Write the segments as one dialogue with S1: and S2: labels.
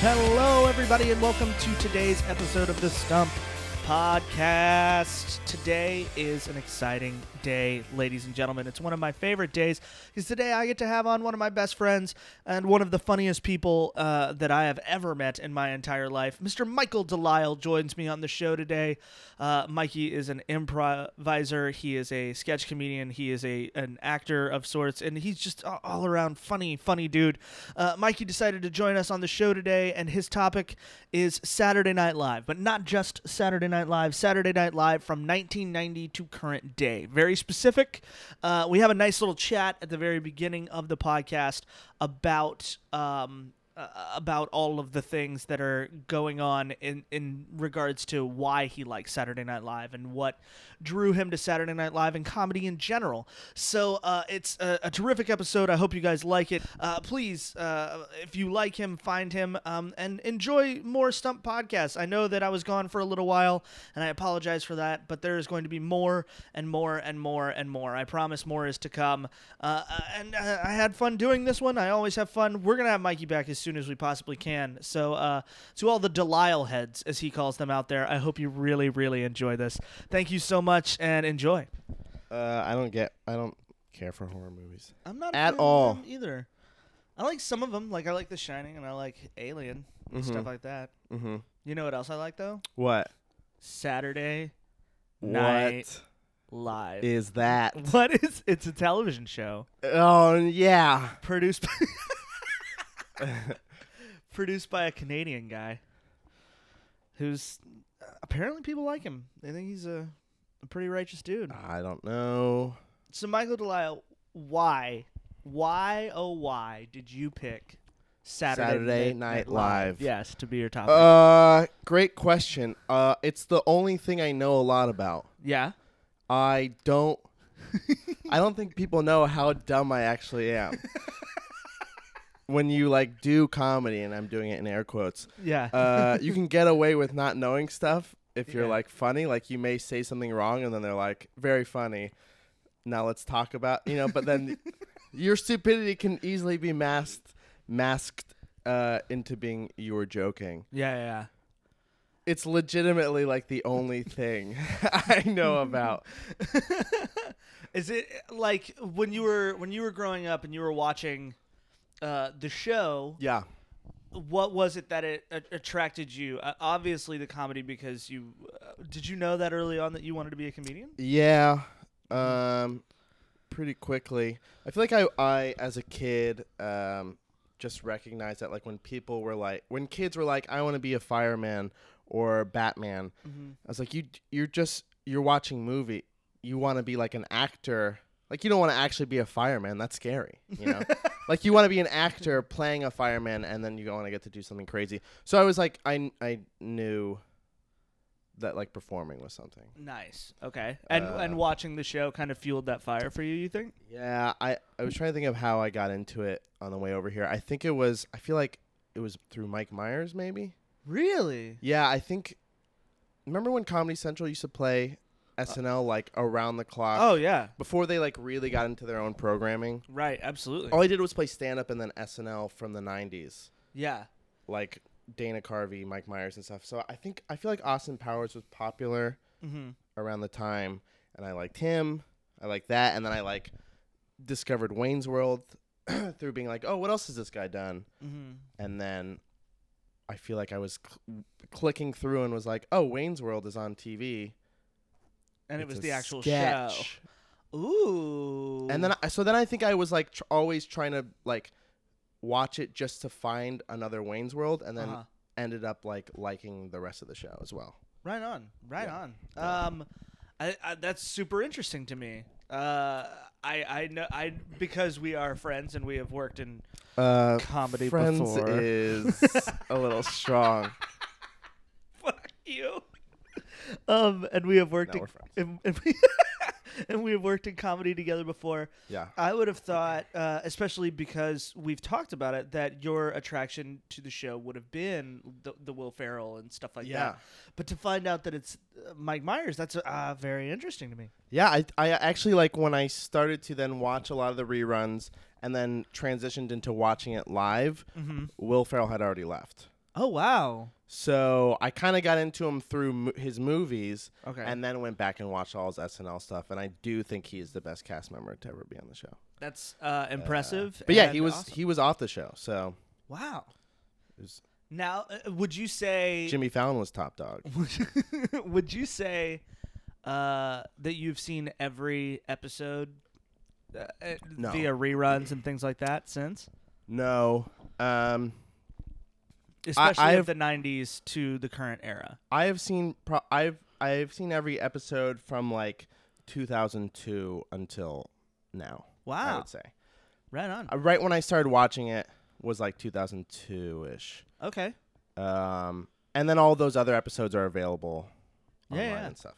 S1: Hello, everybody, and welcome to today's episode of the Stump Podcast. Today is an exciting day, ladies and gentlemen. It's one of my favorite days because today I get to have on one of my best friends and one of the funniest people uh, that I have ever met in my entire life. Mr. Michael Delisle joins me on the show today. Uh, Mikey is an improviser. He is a sketch comedian. He is a an actor of sorts, and he's just a- all around funny, funny dude. Uh, Mikey decided to join us on the show today, and his topic is Saturday Night Live, but not just Saturday Night Live. Saturday Night Live from 1990 to current day. Very specific. Uh, we have a nice little chat at the very beginning of the podcast about. Um, uh, about all of the things that are going on in in regards to why he likes Saturday Night Live and what drew him to Saturday Night Live and comedy in general. So uh, it's a, a terrific episode. I hope you guys like it. Uh, please, uh, if you like him, find him um, and enjoy more Stump podcasts. I know that I was gone for a little while, and I apologize for that. But there is going to be more and more and more and more. I promise more is to come. Uh, and uh, I had fun doing this one. I always have fun. We're gonna have Mikey back as soon as we possibly can. So uh, to all the Delisle heads, as he calls them out there, I hope you really, really enjoy this. Thank you so much and enjoy.
S2: Uh, I don't get. I don't care for horror movies.
S1: I'm not a
S2: At
S1: fan of
S2: all.
S1: them either. I like some of them. Like I like The Shining and I like Alien and stuff like that.
S2: Mm-hmm.
S1: You know what else I like though?
S2: What?
S1: Saturday Night Live.
S2: What is that?
S1: what is? It's a television show
S2: Oh yeah.
S1: produced by produced by a Canadian guy who's uh, apparently people like him. They think he's a, a pretty righteous dude.
S2: I don't know.
S1: So Michael Delisle, why, why, oh why did you pick Saturday,
S2: Saturday Night Live.
S1: Yes, to be your topic.
S2: Uh, great question. Uh, it's the only thing I know a lot about.
S1: yeah.
S2: I don't. I don't think people know how dumb I actually am. when you like do comedy, and I'm doing it in air quotes,
S1: Yeah.
S2: uh, you can get away with not knowing stuff if you're
S1: Yeah.
S2: like funny. Like you may say something wrong, and then they're like, "Very funny." Now let's talk about you know. But then your stupidity can easily be masked masked uh, into being you were joking.
S1: yeah, yeah, yeah.
S2: It's legitimately like the only thing I know about.
S1: Is it like when you were when you were growing up and you were watching uh, the show?
S2: Yeah.
S1: What was it that it a- attracted you? Uh, obviously, the comedy because you uh, did you know that early on that you wanted to be a comedian?
S2: Yeah. Um pretty quickly. I feel like I I as a kid um just recognized that like when people were like when kids were like I want to be a fireman or Batman. I was like you you're just you're watching movie. You want to be like an actor. Like you don't want to actually be a fireman. That's scary, you know. like you want to be an actor playing a fireman and then you want to get to do something crazy. So I was like I I knew that like performing was something.
S1: Nice. Okay. And and
S2: Uh,
S1: watching the show kind of fueled that fire for you. You think?
S2: Yeah, I, I was trying to think of how I got into it on the way over here. I think it was I feel like it was through Mike Myers maybe.
S1: Really?
S2: Yeah, I think remember when Comedy Central used to play SNL like around the clock
S1: Oh yeah.
S2: before they like really got into their own programming.
S1: Right. Absolutely.
S2: All I did was play stand up and then SNL from the 90s.
S1: yeah.
S2: Like Dana Carvey, Mike Myers and stuff. So I think I feel like Austin Powers was popular
S1: Mm-hmm.
S2: around the time and I liked him. I liked that and then I like discovered Wayne's World through being like, "Oh, what else has this guy done?"
S1: Mm-hmm.
S2: And then I feel like I was cl- clicking through and was like, "Oh, Wayne's World is on TV."
S1: And it
S2: It's
S1: was
S2: a
S1: the actual
S2: sketch.
S1: show. Ooh.
S2: And then I, so then I think I was like tr- always trying to like watch it just to find another Wayne's World and then
S1: Uh-huh.
S2: ended up like liking the rest of the show as well.
S1: Right on, right
S2: Yeah.
S1: on. Um, I, I, that's super interesting to me. Uh, I I know I because we are friends and we have worked in.
S2: Uh
S1: Comedy
S2: Friends
S1: before.
S2: is a little strong.
S1: Fuck you. Um, and we have worked
S2: No,
S1: in,
S2: we're friends.
S1: and, and we, and we have worked in comedy together before.
S2: Yeah.
S1: I would have thought, uh, especially because we've talked about it, that your attraction to the show would have been the, the Will Ferrell and stuff like
S2: Yeah.
S1: that. But to find out that it's uh, Mike Myers, that's uh, very interesting to me.
S2: Yeah, I, I actually like when I started to then watch a lot of the
S1: Mm-hmm.
S2: reruns and then transitioned into watching it live. Will Ferrell had already left.
S1: Oh wow.
S2: So I kind of got into him through mo- his movies,
S1: Okay.
S2: and then went back and watched all his SNL stuff. And I do think he is the best cast member to ever be on the show.
S1: that's uh, impressive.
S2: But yeah,
S1: and
S2: he was
S1: awesome.
S2: he was off the show. So
S1: wow.
S2: it was,
S1: Now, uh, would you say
S2: Jimmy Fallon was top dog.
S1: would you say uh, that you've seen every episode uh, uh,
S2: No.
S1: via reruns and things like that since,
S2: No, um,
S1: especially
S2: I
S1: of the '90s to the current era?
S2: I have seen pro- I've I've seen every episode from like 2002 until now. I
S1: Wow.
S2: would say
S1: Right on.
S2: Uh, right when I started watching it was like 2002 ish.
S1: Okay.
S2: Um, and then all those other episodes are available
S1: Yeah,
S2: online
S1: yeah.
S2: and stuff.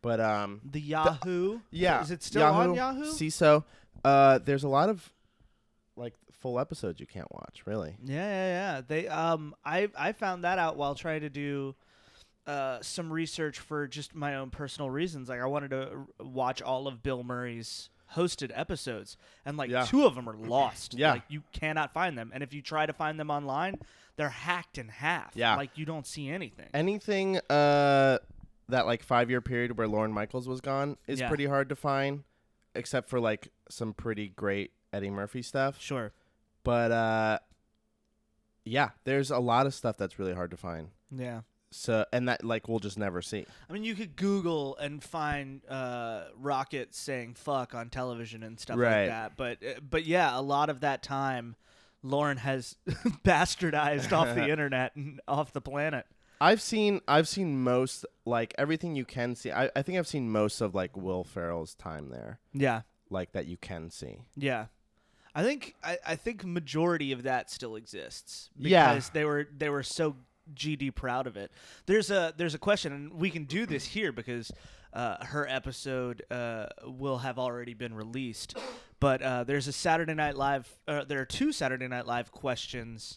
S2: But um,
S1: The Yahoo.
S2: yeah,
S1: Is it still on Yahoo?
S2: CISO. Uh, there's a lot of like full episodes you can't watch. Really,
S1: Yeah, yeah, yeah. They um I I found that out while trying to do uh some research for just my own personal reasons. Like I wanted to r- watch all of Bill Murray's hosted episodes and like
S2: Yeah.
S1: two of them are lost.
S2: Yeah.
S1: Like you cannot find them. And if you try to find them online, they're hacked in half.
S2: Yeah.
S1: Like you don't see anything.
S2: anything uh that like five year period where Lauren Michaels was gone is
S1: Yeah.
S2: pretty hard to find, except for like some pretty great Eddie Murphy stuff.
S1: sure.
S2: But uh, yeah, there's a lot of stuff that's really hard to find.
S1: Yeah.
S2: So and that like we'll just never see.
S1: I mean, you could Google and find uh, Rocket saying "fuck" on television and stuff
S2: Right.
S1: like that. But uh, but yeah, a lot of that time, Lauren has bastardized off the internet and off the planet.
S2: I've seen I've seen most like everything you can see. I, I think I've seen most of like Will Ferrell's time there,
S1: Yeah,
S2: like that you can see.
S1: yeah. I think I, I think majority of that still exists
S2: Yeah.
S1: because they were they were so GD proud of it. There's a there's a question, and we can do this here because uh, her episode uh, will have already been released. But uh, there's a Saturday Night Live. Uh, there are two Saturday Night Live questions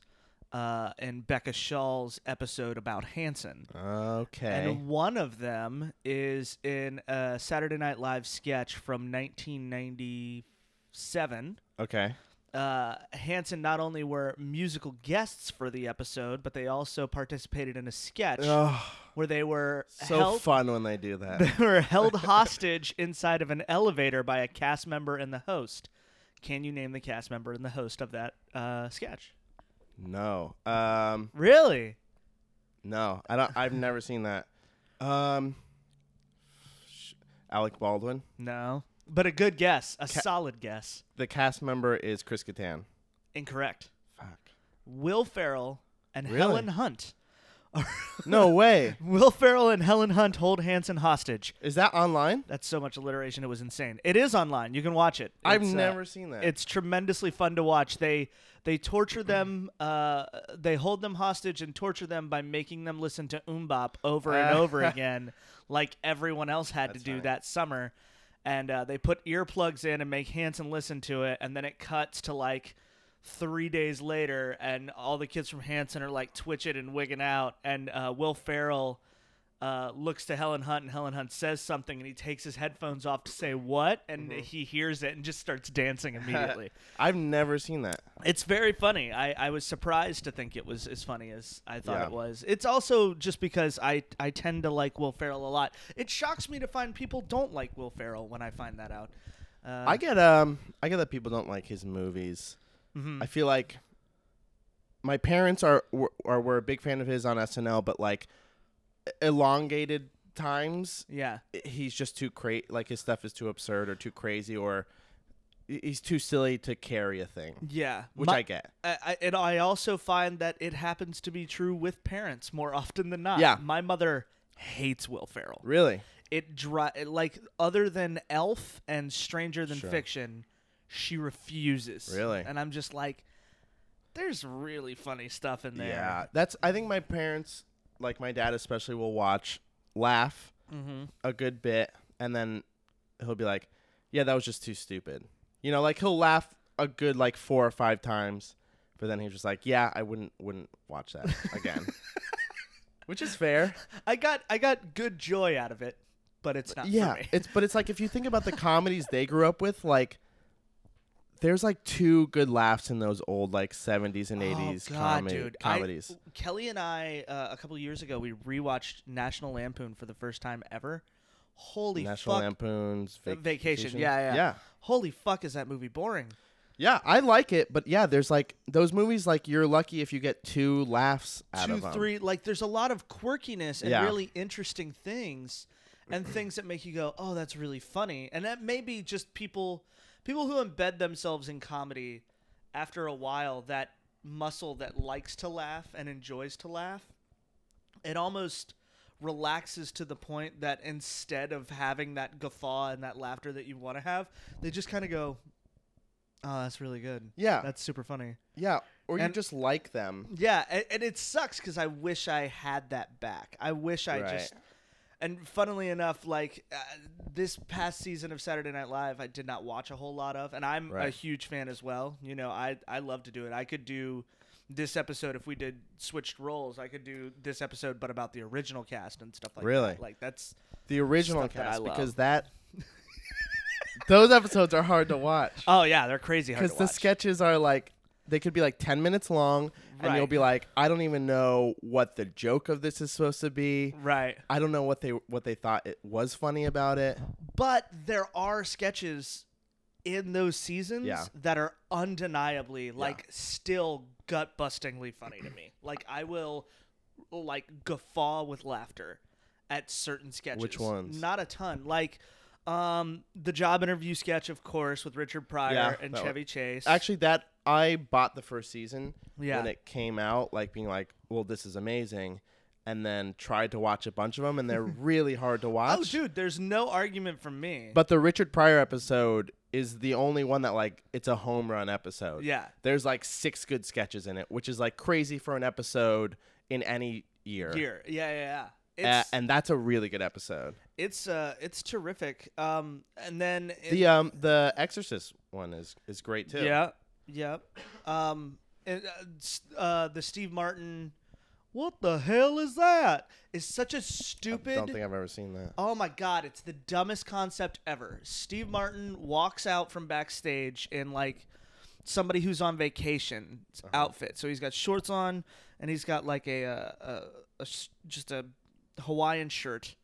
S1: uh, in Becca Shaw's episode about Hanson.
S2: Okay.
S1: And one of them is in a Saturday Night Live sketch from 1997
S2: Okay.
S1: uh, Hanson not only were musical guests for the episode, but they also participated in a sketch
S2: Oh,
S1: where they were
S2: so
S1: held
S2: fun when they do that.
S1: they were held hostage inside of an elevator by a cast member and the host. Can you name the cast member and the host of that uh, sketch?
S2: no. Um
S1: Really?
S2: no. I don't I've never seen that. Um sh- Alec Baldwin.
S1: No. But a good guess, a
S2: Ca-
S1: solid guess.
S2: The cast member is Chris Kattan.
S1: Incorrect.
S2: Fuck.
S1: Will Ferrell and
S2: Really?
S1: Helen Hunt.
S2: No way.
S1: Will Ferrell and Helen Hunt hold Hanson hostage.
S2: Is that online?
S1: That's so much alliteration. It was insane. It is online. You can watch it.
S2: I've
S1: It's, uh,
S2: never seen that.
S1: It's tremendously fun to watch. They they torture them. Uh, they hold them hostage and torture them by making them listen to Umbop over and
S2: Uh,
S1: over again, like everyone else had to
S2: That's
S1: do
S2: funny.
S1: that summer. And uh, they put earplugs in and make Hanson listen to it, and then it cuts to like three days later, and all the kids from Hanson are like twitching and wigging out, and uh, Will Ferrell. Uh, looks to Helen Hunt and Helen Hunt says something and he takes his headphones off to say what and
S2: Mm-hmm.
S1: he hears it and just starts dancing immediately.
S2: I've never seen that.
S1: It's very funny. I, I was surprised to think it was as funny as I thought
S2: Yeah.
S1: it was. It's also just because I, I tend to like Will Ferrell a lot. It shocks me to find people don't like Will Ferrell when I find that out. Uh,
S2: I get um I get that people don't like his movies. I feel like my parents are were, are were a big fan of his on SNL, but like e-, elongated times
S1: yeah,
S2: he's just too cra like his stuff is too absurd or too crazy or he- he's too silly to carry a thing,
S1: yeah.
S2: which
S1: My-
S2: I get.
S1: I, I, and I also find that it happens to be true with parents more often than not.
S2: Yeah.
S1: My mother hates Will Ferrell.
S2: Really?
S1: It dri- like other than Elf and Stranger Than
S2: Sure.
S1: Fiction, she refuses.
S2: Really?
S1: And I'm just like, there's really funny stuff in there.
S2: Yeah. That's I think my parents like my dad especially will watch laugh
S1: Mm-hmm.
S2: a good bit and then he'll be like, "Yeah, that was just too stupid." You know, like he'll laugh a good like four or five times, but then he's just like, "Yeah, I wouldn't wouldn't watch that again." Which is fair.
S1: I got I got good joy out of it, but it's not
S2: yeah,
S1: for me.
S2: it's but it's like if you think about the comedies they grew up with, like there's like two good laughs in those old like 70s and 80s
S1: oh, God,
S2: comi-
S1: dude. I-
S2: comedies.
S1: Kelly and I, uh, a couple years ago, we rewatched National Lampoon for the first time ever. Holy
S2: National
S1: fuck.
S2: Lampoon's
S1: Uh,
S2: vac-
S1: vacation. Yeah, yeah.
S2: yeah.
S1: Holy fuck, is that movie boring?
S2: Yeah, I like it, but yeah, there's like those movies. Like you're lucky if you get two laughs out
S1: Two,
S2: of them.
S1: three. Like, there's a lot of quirkiness and
S2: Yeah.
S1: really interesting things and things that make you go, oh, that's really funny. And that may be just people, people who embed themselves in comedy after a while, that muscle that likes to laugh and enjoys to laugh. it almost relaxes to the point that instead of having that guffaw and that laughter that you want to have, they just kind of go, "Oh, that's really good.
S2: Yeah,
S1: That's super funny."
S2: yeah, or you
S1: and-
S2: just like them.
S1: Yeah, and, and it sucks because I wish I had that back. I wish I
S2: Right.
S1: just. And funnily enough, like uh, this past season of Saturday Night Live, I did not watch a whole lot of, and I'm a
S2: Right.
S1: huge fan as well. You know, I I love to do it. I could do this episode if we did switched roles. I could do this episode, but about the original cast and stuff like
S2: Really?
S1: that. Like that's
S2: The original
S1: Stuff that I
S2: cast
S1: love.
S2: because that those episodes are hard to watch
S1: oh yeah, they're crazy hard
S2: because
S1: to
S2: the
S1: watch.
S2: sketches are like they could be like 10 minutes long and you'll
S1: Right.
S2: be like i don't even know what the joke of this is supposed to be
S1: right.
S2: i don't know what they what they thought it was funny about it
S1: But there are sketches in those seasons
S2: Yeah.
S1: that are undeniably like still gut bustingly funny to me. Like I will like guffaw with laughter at certain sketches.
S2: ones?
S1: Not a ton. Like um the job interview sketch of course with Richard Pryor
S2: Yeah,
S1: and
S2: that
S1: Chevy Chase.
S2: actually that i bought the first season
S1: Yeah.
S2: when it came out like being like well this is amazing and then tried to watch a bunch of them and they're really hard to watch
S1: Oh dude, there's no argument from me.
S2: but the richard pryor episode is the only one that like it's a home run episode
S1: Yeah.
S2: there's like six good sketches in it which is like crazy for an episode in any year
S1: here. Yeah, yeah, yeah. It's
S2: A- and that's a really good episode
S1: it's uh it's terrific. Um and then in-
S2: the um the exorcist one is is great too
S1: Yeah. Yep. Um, and, uh, s- uh, the Steve Martin, what the hell is that? Is such a stupid.
S2: don't think i've ever seen that
S1: Oh my god, it's the dumbest concept ever. Steve Martin walks out from backstage in like somebody who's on vacation
S2: Uh-huh.
S1: outfit. So he's got shorts on and he's got like a, uh, a, a s- just a Hawaiian shirt.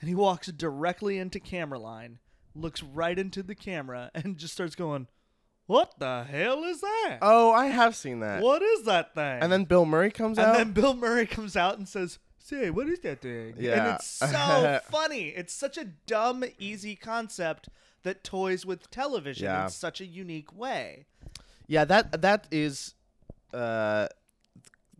S1: And he walks directly into camera line, looks right into the camera and just starts going, "What the hell is that?
S2: oh i have seen that
S1: what is that thing?"
S2: and then bill murray comes
S1: And
S2: out
S1: then Bill Murray comes out and says, "Say, what is that thing?" And
S2: Yeah.
S1: it's so funny. It's such a dumb, easy concept that toys with television
S2: Yeah.
S1: in such a unique way.
S2: Yeah, that that is uh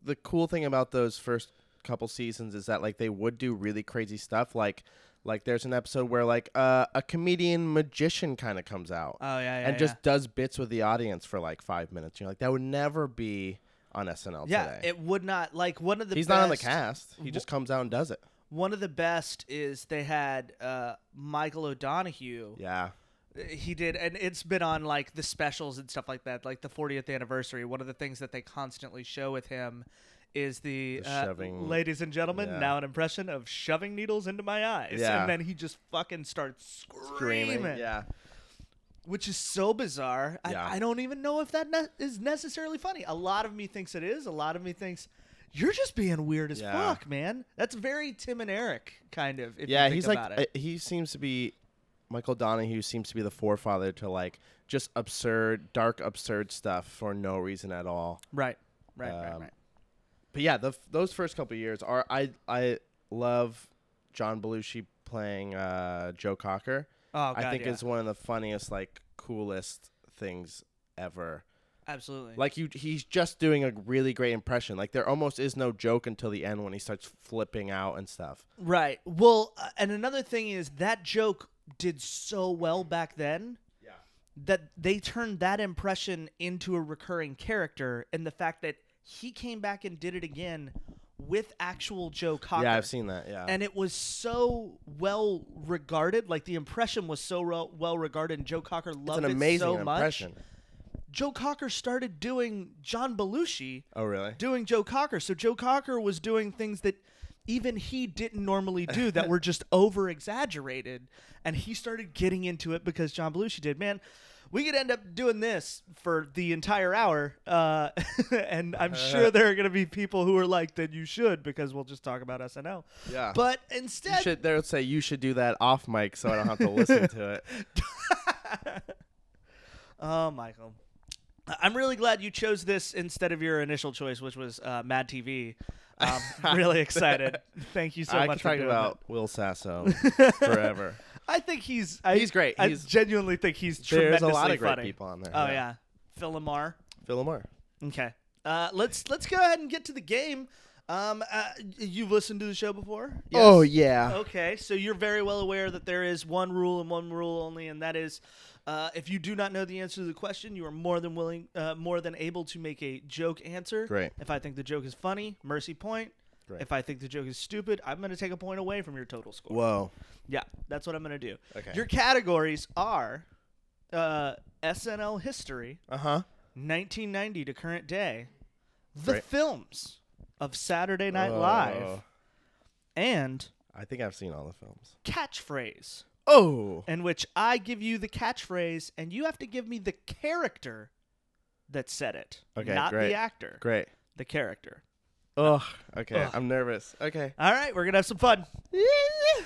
S2: the cool thing about those first couple seasons is that like they would do really crazy stuff like like there's an episode where like uh, a comedian magician kind of comes out
S1: Oh yeah, yeah,
S2: and just does bits with the audience for like 5 minutes. You're like that would never be on SNL
S1: yeah.
S2: today.
S1: It would not like one of the
S2: He's
S1: best,
S2: not on the cast. He just comes out and does it.
S1: One of the best is they had uh, Michael O'Donohue.
S2: Yeah.
S1: He did, and it's been on like the specials and stuff like that, like the 40th anniversary. One of the things that they constantly show with him is the,
S2: The
S1: uh,
S2: shoving-
S1: ladies and gentlemen,
S2: yeah.
S1: now an impression of shoving needles into my eyes.
S2: Yeah.
S1: And then he just fucking starts screaming,
S2: Yeah.
S1: which is so bizarre.
S2: Yeah.
S1: I, I don't even know if that ne- is necessarily funny. A lot of me thinks it is, a lot of me thinks. You're just being weird as
S2: Yeah.
S1: fuck, man. That's very Tim and Eric kind of. If
S2: yeah,
S1: you think
S2: he's like
S1: about it.
S2: uh, he seems to be Michael Donahue seems to be the forefather to like just absurd, dark, absurd stuff for no reason at all.
S1: right, right, right,
S2: um,
S1: right.
S2: But yeah, the f- those first couple years are I I love John Belushi playing uh, Joe Cocker.
S1: Oh, God,
S2: I think
S1: yeah.
S2: it's one of the funniest, like coolest things ever.
S1: absolutely
S2: Like you, he's just doing a really great impression. Like there almost is no joke until the end when he starts flipping out and stuff.
S1: Right. Well, uh, and another thing is that joke did so well back then
S2: Yeah.
S1: that they turned that impression into a recurring character and the fact that he came back and did it again with actual Joe Cocker.
S2: Yeah, I've seen that. Yeah.
S1: And it was so well regarded, like the impression was so re- well regarded and Joe Cocker
S2: it's
S1: loved
S2: an amazing
S1: it so
S2: impression.
S1: much. Joe Cocker started doing John Belushi
S2: Oh really?
S1: doing Joe Cocker. So Joe Cocker was doing things that even he didn't normally do that were just over exaggerated, and he started getting into it because John Belushi did. Man, we could end up doing this for the entire hour. Uh, and I'm sure there are going to be people who are like, then you should, because we'll just talk about SNL.
S2: Yeah.
S1: But
S2: You
S1: instead,
S2: should. They would say you should do that off mic, so I don't have to listen to it.
S1: oh, Michael. I- I'm really glad you chose this instead of your initial choice, which was uh, Mad TV. I'm really excited. Thank you so
S2: I
S1: much
S2: could talk
S1: for doing
S2: about Will Sasso forever.
S1: that. I think he's I,
S2: He's great.
S1: I
S2: He's-
S1: genuinely think he's
S2: There's
S1: tremendously
S2: a lot of great
S1: funny.
S2: people on there.
S1: Oh yeah. Phil Lamar.
S2: Phil Lamar.
S1: Okay. Uh, let's let's go ahead and get to the game. Um, uh, you've listened to the show before?
S2: Oh
S1: Yes?
S2: yeah.
S1: Okay, so you're very well aware that there is one rule and one rule only, and that is, uh, if you do not know the answer to the question, you are more than willing, uh, more than able to make a joke answer.
S2: Great.
S1: If I think the joke is funny, mercy point.
S2: Great.
S1: If I think the joke is stupid, I'm going to take a point away from your total score.
S2: Whoa.
S1: Yeah, that's what I'm going to do.
S2: Okay.
S1: Your categories are uh, SNL history,
S2: Uh huh.
S1: 1990 to current day, the
S2: Great.
S1: films of Saturday Night
S2: Oh.
S1: Live, and
S2: I think I've seen all the films.
S1: catchphrase.
S2: Oh.
S1: in which I give you the catchphrase and you have to give me the character that said it.
S2: Okay,
S1: Not
S2: great.
S1: the actor.
S2: Great.
S1: The character.
S2: Ugh. Okay.
S1: Ugh.
S2: I'm nervous. Okay.
S1: All right, we're going to have some fun.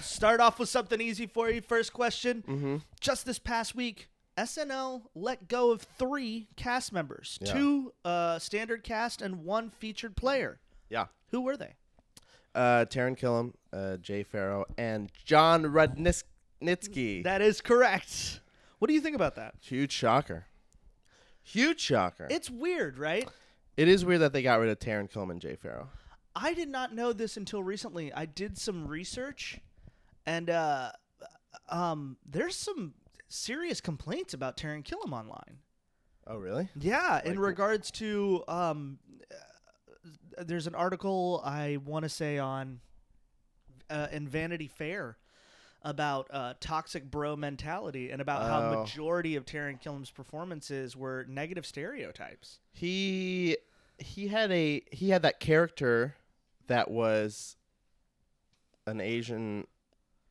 S1: Start off with something easy for you. First question.
S2: Mm-hmm.
S1: Just this past week, SNL let go of three cast members
S2: Yeah.
S1: two uh, standard cast and one featured player.
S2: Yeah.
S1: Who were they?
S2: Uh, Taron Killam, uh, Jay Farrow, and John Rudnitsky.
S1: That is correct. What do you think about that?
S2: Huge shocker. Huge shocker.
S1: It's weird, right?
S2: it is weird that they got rid of Taron Killam and Jay Farrow.
S1: I did not know this until recently. I did some research, and uh, um, there's some serious complaints about Taron Killam online.
S2: Oh, really?
S1: Yeah, in
S2: Like-
S1: regards to um, uh, there's an article I want to say on uh, in Vanity Fair about uh, toxic bro mentality and about how
S2: Oh.
S1: majority of Taron Killam's performances were negative stereotypes.
S2: He he had a he had that character that was an Asian.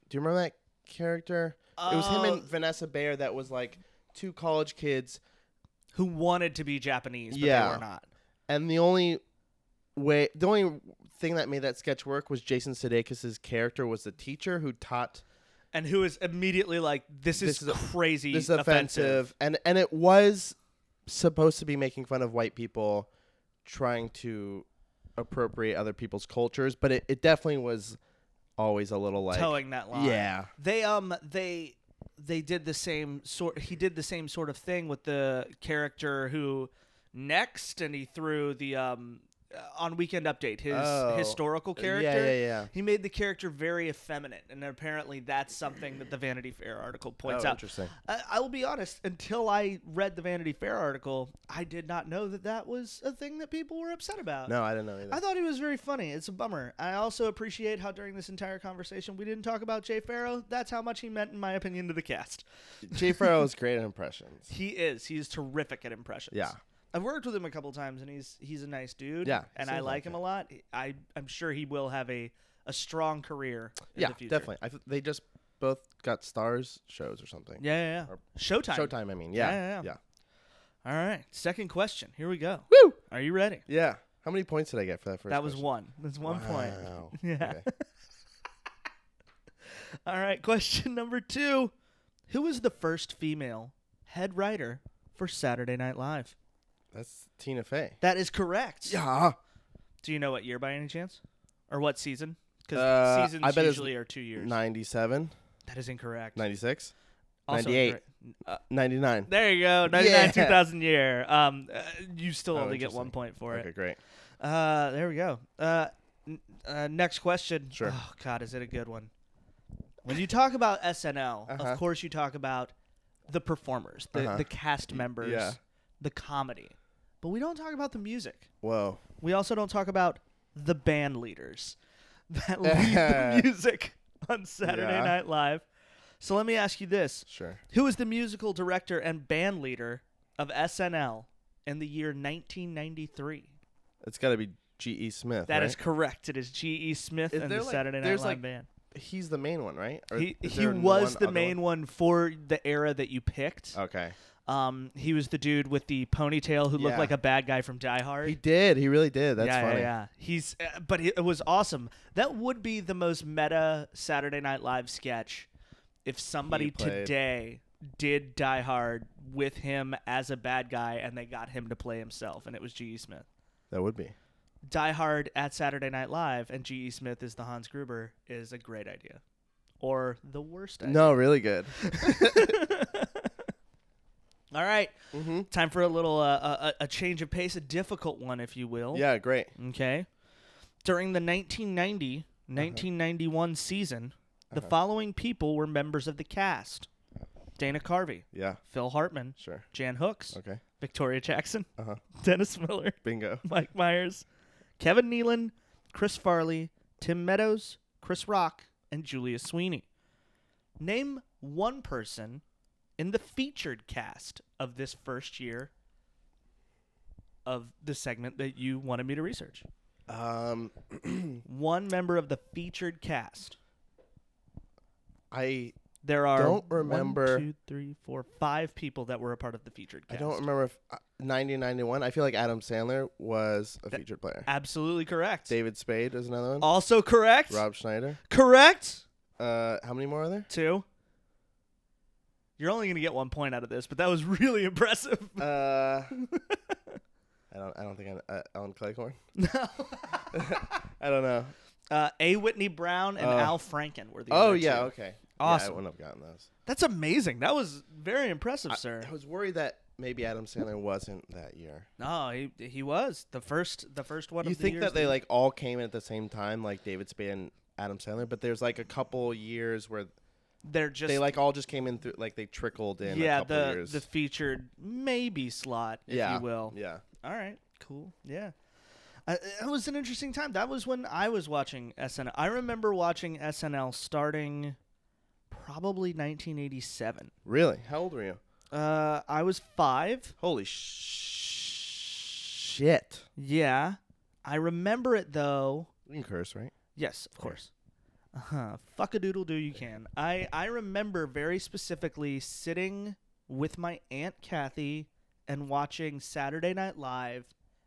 S2: Do you remember that character? It was him
S1: Oh.
S2: and Vanessa Bayer that was like two college kids
S1: Who wanted to be Japanese, but
S2: Yeah.
S1: they were not.
S2: and the only way the only thing that made that sketch work was Jason Sudeikis' character was the teacher who taught
S1: and who is immediately like, "This is,
S2: This is a-
S1: crazy,
S2: this is
S1: offensive."
S2: offensive and and it was supposed to be making fun of white people trying to appropriate other people's cultures but it, it definitely was always a little like
S1: Towing that line,
S2: yeah
S1: They um they they did the same sort. He did the same sort of thing with the character who next, and he threw the um uh, on Weekend Update his
S2: Oh.
S1: historical
S2: Yeah,
S1: character.
S2: yeah, yeah.
S1: He made the character very effeminate, and apparently that's something that the Vanity Fair article points
S2: Oh,
S1: out.
S2: interesting.
S1: I, I will be honest. Until I read the Vanity Fair article, I did not know that that was a thing that people were upset about.
S2: no i don't know either
S1: I thought he was very funny. It's a bummer. I also appreciate how during this entire conversation we didn't talk about Jay Farrow. That's how much he meant, in my opinion, to the cast.
S2: jay farrow is great at impressions
S1: He is. He is terrific at impressions.
S2: Yeah.
S1: I've worked with him a couple times, and he's he's a nice dude.
S2: Yeah, he
S1: and I
S2: seems
S1: like
S2: like
S1: him
S2: it.
S1: a lot. I I'm sure he will have a a strong career. In
S2: yeah
S1: the future.
S2: definitely I, th- they just both got stars shows or something
S1: Yeah, yeah, yeah.
S2: Or-
S1: Showtime.
S2: showtime i mean
S1: Yeah, yeah,
S2: yeah,
S1: yeah. All right. Second question. Here we go.
S2: yeah. woo
S1: Are you ready?
S2: Yeah. How many points did I get for that first?
S1: that was
S2: question?
S1: one. That's one point.
S2: Wow.
S1: Yeah.
S2: Okay.
S1: All right, question number two. Who was the first female head writer for Saturday Night Live?
S2: That's Tina Fey.
S1: That is correct.
S2: Yeah.
S1: Do you know what year by any chance? Or what season? Because
S2: Uh,
S1: seasons
S2: I bet it's
S1: usually are two years.
S2: 97,
S1: That is incorrect.
S2: 96,
S1: Also
S2: 98.
S1: incorrect.
S2: 99.
S1: There you go. 99,
S2: Yeah.
S1: 2000 year. Um, uh, you still
S2: Oh,
S1: only get one
S2: interesting.
S1: point for
S2: Okay,
S1: it.
S2: great.
S1: Uh, there we go. Uh, n- uh, next question.
S2: Sure.
S1: Oh, God, is it a good one? When you talk about SNL,
S2: Uh-huh.
S1: of course you talk about the performers, the,
S2: Uh-huh.
S1: the cast members,
S2: yeah.
S1: the comedy. But we don't talk about the music.
S2: Whoa.
S1: We also don't talk about the band leaders that lead the music on Saturday
S2: Yeah.
S1: Night Live. So let me ask you this.
S2: Sure.
S1: Who is the musical director and band leader of SNL in the year 1993?
S2: It's got to be G.E. Smith.
S1: That
S2: right?
S1: is correct. It is G.E. Smith
S2: Is
S1: and
S2: there,
S1: the
S2: like-
S1: Saturday Night
S2: there's,
S1: Live
S2: like,
S1: band.
S2: He's the main one, right? Or
S1: He,
S2: is
S1: he
S2: there n-
S1: was
S2: one Uh,
S1: the
S2: other
S1: main one? for the era that you picked.
S2: one? Okay.
S1: Um, he was the dude with the ponytail who looked
S2: Yeah.
S1: like a bad guy from Die Hard.
S2: He did. He really did. That's
S1: yeah,
S2: funny.
S1: yeah, yeah. He's, uh, but it, it was awesome. That would be the most meta Saturday Night Live sketch if somebody
S2: played.
S1: today did Die Hard with him as a bad guy and they got him to play himself, and it was G.E. Smith.
S2: That would be.
S1: Die Hard at Saturday Night Live and G.E. Smith is the Hans Gruber is a great idea, or the worst idea.
S2: No, really good.
S1: All right.
S2: Mm-hmm.
S1: Time for a little uh, a, a change of pace, a difficult one, if you will.
S2: Yeah, great.
S1: Okay. During the 1990
S2: Uh-huh.
S1: 1991 season, the following people were members of the cast Dana Carvey,
S2: Yeah,
S1: Phil Hartman,
S2: sure.
S1: Jan Hooks,
S2: Okay.
S1: Victoria Jackson,
S2: Uh-huh.
S1: Dennis Miller,
S2: Bingo.
S1: Mike Myers, Kevin Nealon, Chris Farley, Tim Meadows, Chris Rock, and Julia Sweeney. Name one person in the featured cast of this first year of the segment that you wanted me to research.
S2: Um,
S1: One member of the featured cast.
S2: I
S1: There are
S2: Don't remember-
S1: one, two, three, four, five people that were a part of the featured
S2: I
S1: cast.
S2: don't remember if uh, 90, 91. I feel like Adam Sandler was a featured player.
S1: Absolutely correct.
S2: David Spade is another one.
S1: Also correct.
S2: Rob Schneider.
S1: Correct.
S2: Uh, how many more are there?
S1: Two. You're only going to get one point out of this, but that was really impressive.
S2: Uh, I don't. I don't think I. Uh, Alan Claycorn.
S1: No.
S2: I don't know.
S1: uh, A. Whitney Brown and
S2: Oh.
S1: Al Franken were the.
S2: Oh
S1: other
S2: yeah.
S1: two.
S2: Okay. Yeah,
S1: Awesome.
S2: I wouldn't have gotten those.
S1: That's amazing. That was very impressive, sir.
S2: I was worried that maybe Adam Sandler wasn't that year.
S1: No, he he was the first the first one.
S2: you
S1: of the
S2: think
S1: years
S2: that they like all came in at the same time, like David Spade and Adam Sandler, but there's like a couple years where
S1: they're just
S2: they like all just came in through, like they trickled in. a
S1: yeah
S2: couple
S1: the
S2: years.
S1: the featured maybe slot if
S2: yeah,
S1: you will.
S2: Yeah,
S1: All right, cool. Yeah. Uh, it was an interesting time. That was when I was watching SNL. I remember watching SNL starting probably 1987.
S2: really. How old were you?
S1: Uh, I was five.
S2: Holy sh- shit!
S1: Yeah. I remember it though.
S2: You can curse, right?
S1: Yes, of course. Uh-huh. Fuck a doodle do you can. I I remember very specifically sitting with my aunt Kathy and watching Saturday Night Live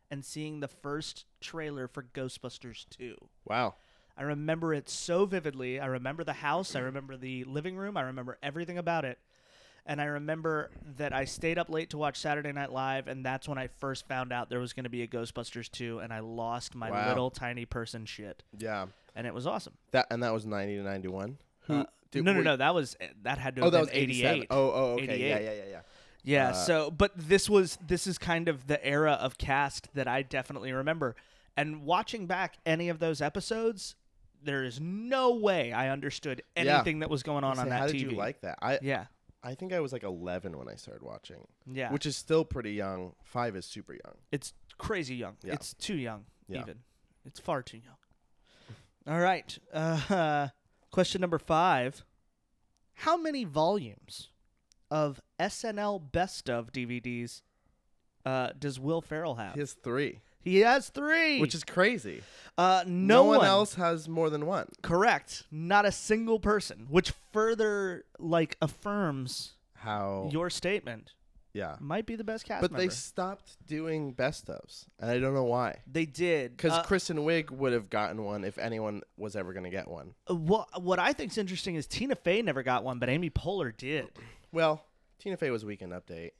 S1: and seeing the first trailer for Ghostbusters 2.
S2: Wow.
S1: I remember it so vividly. I remember the house, I remember the living room, I remember everything about it. And I remember that I stayed up late to watch Saturday Night Live, and that's when I first found out there was going to be a Ghostbusters 2, and I lost my
S2: Wow.
S1: little tiny person shit.
S2: Yeah.
S1: And it was awesome.
S2: That and that was ninety to ninety one. Who?
S1: Uh,
S2: did-
S1: no, no,
S2: were-
S1: no. That was eh, that had to
S2: Oh,
S1: have
S2: that was
S1: been
S2: 87.
S1: 88.
S2: Oh, oh, okay.
S1: 88.
S2: Yeah, yeah, yeah, yeah.
S1: yeah.
S2: uh,
S1: so, but this was this is kind of the era of cast that I definitely remember. And watching back any of those episodes, there is no way I understood
S2: Yeah.
S1: anything that was going on
S2: Say,
S1: on that
S2: how
S1: TV.
S2: did you like that? I
S1: Yeah,
S2: I think I was like eleven when I started watching,
S1: yeah.
S2: which is still pretty young. Five is super young.
S1: it's crazy young.
S2: Yeah.
S1: It's too young.
S2: Yeah.
S1: Even it's far too young. All right. Uh, question number five: How many volumes of SNL Best of DVDs uh, does Will Ferrell have?
S2: He has three,
S1: he has three,
S2: which is crazy.
S1: uh, no,
S2: No, one, else has more than one.
S1: Correct. Not a single person, which further like affirms
S2: How?
S1: your statement.
S2: yeah.
S1: Might be the best cast
S2: Oh. But
S1: member.
S2: they stopped doing best ofs, and I don't know why.
S1: they did
S2: Because
S1: Uh,
S2: Kristen Wiig would have gotten one if anyone was ever going to get one.
S1: What what I think's interesting is Tina Fey never got one, but Amy Poehler did.
S2: Well, Tina Fey was Weekend Update.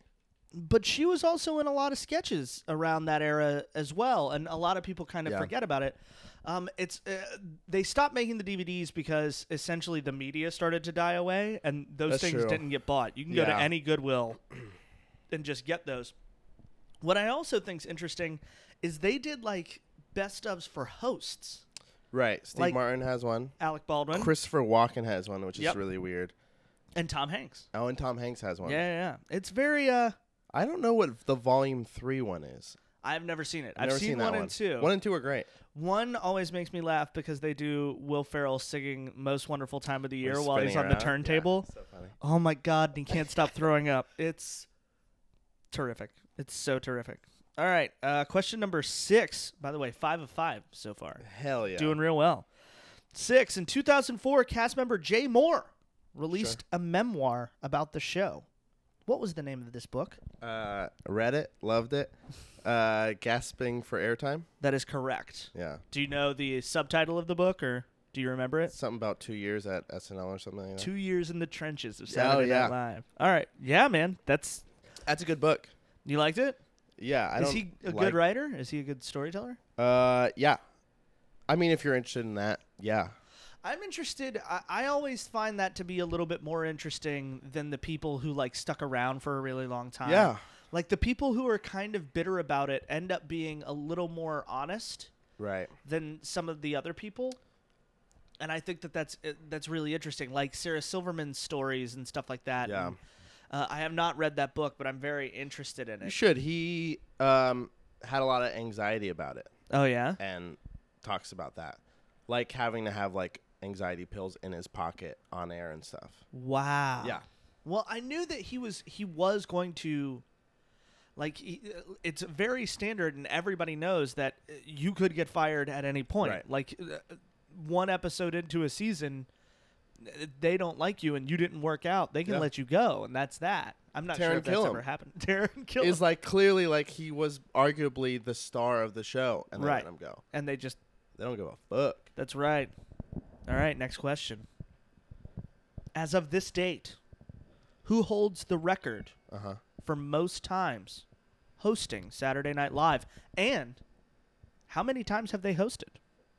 S1: But she was also in a lot of sketches around that era as well, and a lot of people kind of
S2: Yeah.
S1: forget about it. Um, it's uh, they stopped making the DVDs because essentially the media started to die away, and those
S2: That's
S1: things
S2: true.
S1: didn't get bought. You can go to
S2: Yeah.
S1: any Goodwill and just get those. What I also think's interesting is they did like best ofs for hosts.
S2: Right. Steve
S1: Like-
S2: Martin has one.
S1: Alec Baldwin
S2: Christopher Walken has one, which
S1: Yep.
S2: is really weird.
S1: and Tom Hanks.
S2: Oh, and Tom Hanks has one.
S1: Yeah, yeah, yeah. It's very uh
S2: I don't know what the Volume 3 one is.
S1: I've never seen it.
S2: I've
S1: I've
S2: never
S1: seen,
S2: seen that
S1: one,
S2: one.
S1: and two.
S2: One
S1: One,
S2: and two are great.
S1: always makes me laugh because they do Will Ferrell singing "Most Wonderful Time of the Year"
S2: He's
S1: while he's
S2: spinning
S1: on the
S2: around.
S1: turntable.
S2: Yeah, so funny.
S1: Oh my god, and he can't stop throwing up. It's terrific. It's so terrific. All right, uh, question number six. By the way, five of five so far,
S2: Hell yeah.
S1: doing real well. Six in 2004, cast member Jay Moore released a memoir about the show. What was the name of this book?
S2: Uh, read it, loved it. Uh, gasping for airtime.
S1: That is correct.
S2: Yeah,
S1: Do you know the subtitle of the book, or do you remember it?
S2: something about two years at SNL or something. Like that.
S1: Two years in the trenches of
S2: Oh,
S1: Saturday
S2: yeah.
S1: Night Live. All right, yeah, man, that's
S2: That's a good book.
S1: you liked it.
S2: Yeah, I
S1: is
S2: don't.
S1: he a
S2: like-
S1: good writer? Is he a good storyteller?
S2: Uh, yeah. I mean, if you're interested in that, yeah.
S1: I'm interested. I, I always find that to be a little bit more interesting than the people who like stuck around for a really long time.
S2: Yeah.
S1: Like the people who are kind of bitter about it end up being a little more honest
S2: Right.
S1: than some of the other people. And I think that that's uh, that's really interesting, like Sarah Silverman's stories and stuff like that.
S2: Yeah.
S1: And, uh, I have not read that book, but I'm very interested in
S2: You
S1: it.
S2: should. He um had a lot of anxiety about it
S1: Oh yeah,
S2: and talks about that, like having to have like anxiety pills in his pocket on air and stuff.
S1: wow.
S2: Yeah.
S1: Well, I knew that he was he was going to like he, it's very standard and everybody knows that uh, you could get fired at any point.
S2: Right.
S1: Like uh, one episode into a season uh, they don't like you and you didn't work out, they can
S2: Yeah.
S1: let you go and that's that. I'm not sure
S2: Taron
S1: if that's
S2: Killam
S1: ever happened. Taron Killam.
S2: Is like clearly like he was arguably the star of the show, and they
S1: Right.
S2: let him go.
S1: and they just
S2: They don't give a fuck.
S1: that's right. All right, next question. As of this date, who holds the record
S2: Uh huh.
S1: for most times hosting Saturday Night Live? And how many times have they hosted?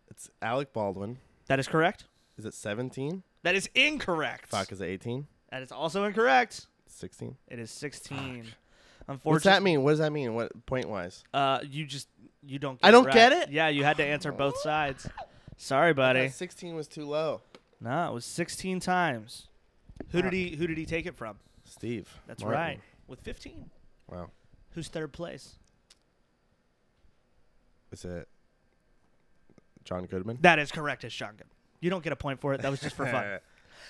S2: It's Alec Baldwin.
S1: That is correct.
S2: Is it 17?
S1: That is incorrect.
S2: Fuck, is it 18?
S1: That is also incorrect.
S2: 16?
S1: It is 16.
S2: What's
S1: Unfortunately,
S2: that mean? What does that mean? What point wise?
S1: Uh, you just you don't. Get
S2: I don't
S1: right.
S2: get it?
S1: Yeah, you had to answer both sides. Sorry, buddy.
S2: 16 was too low.
S1: No, it was 16 times. Who did he Who did he take it from?
S2: Steve.
S1: That's
S2: Martin.
S1: right. With 15.
S2: Wow.
S1: Who's third place?
S2: Is it John Goodman?
S1: That is correct, as Sean Goodman. You don't get a point for it. That was just for fun.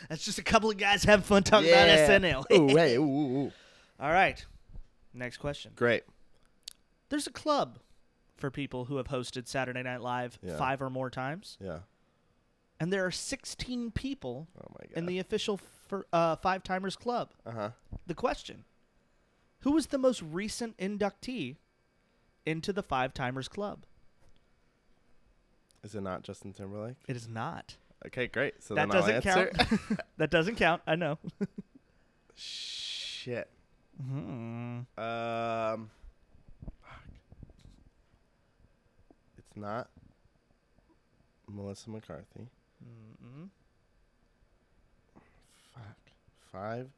S1: That's just a couple of guys having fun talking
S2: Yeah.
S1: about SNL.
S2: ooh, hey, ooh, ooh, ooh.
S1: All right. Next question.
S2: Great.
S1: There's a club for people who have hosted Saturday Night Live
S2: Yeah.
S1: five or more times,
S2: Yeah.
S1: and there are 16 people
S2: Oh my god.
S1: in the official fir- uh, Five Timers Club.
S2: uh huh.
S1: The question Who was the most recent inductee into the Five Timers Club?
S2: Is it not Justin Timberlake?
S1: It is not.
S2: Okay, great. So
S1: that
S2: then I'll
S1: doesn't
S2: answer.
S1: count. that doesn't count. I know.
S2: Shit.
S1: Hmm.
S2: Um. Fuck. It's not Melissa McCarthy.
S1: Mm-mm.
S2: Fuck. Five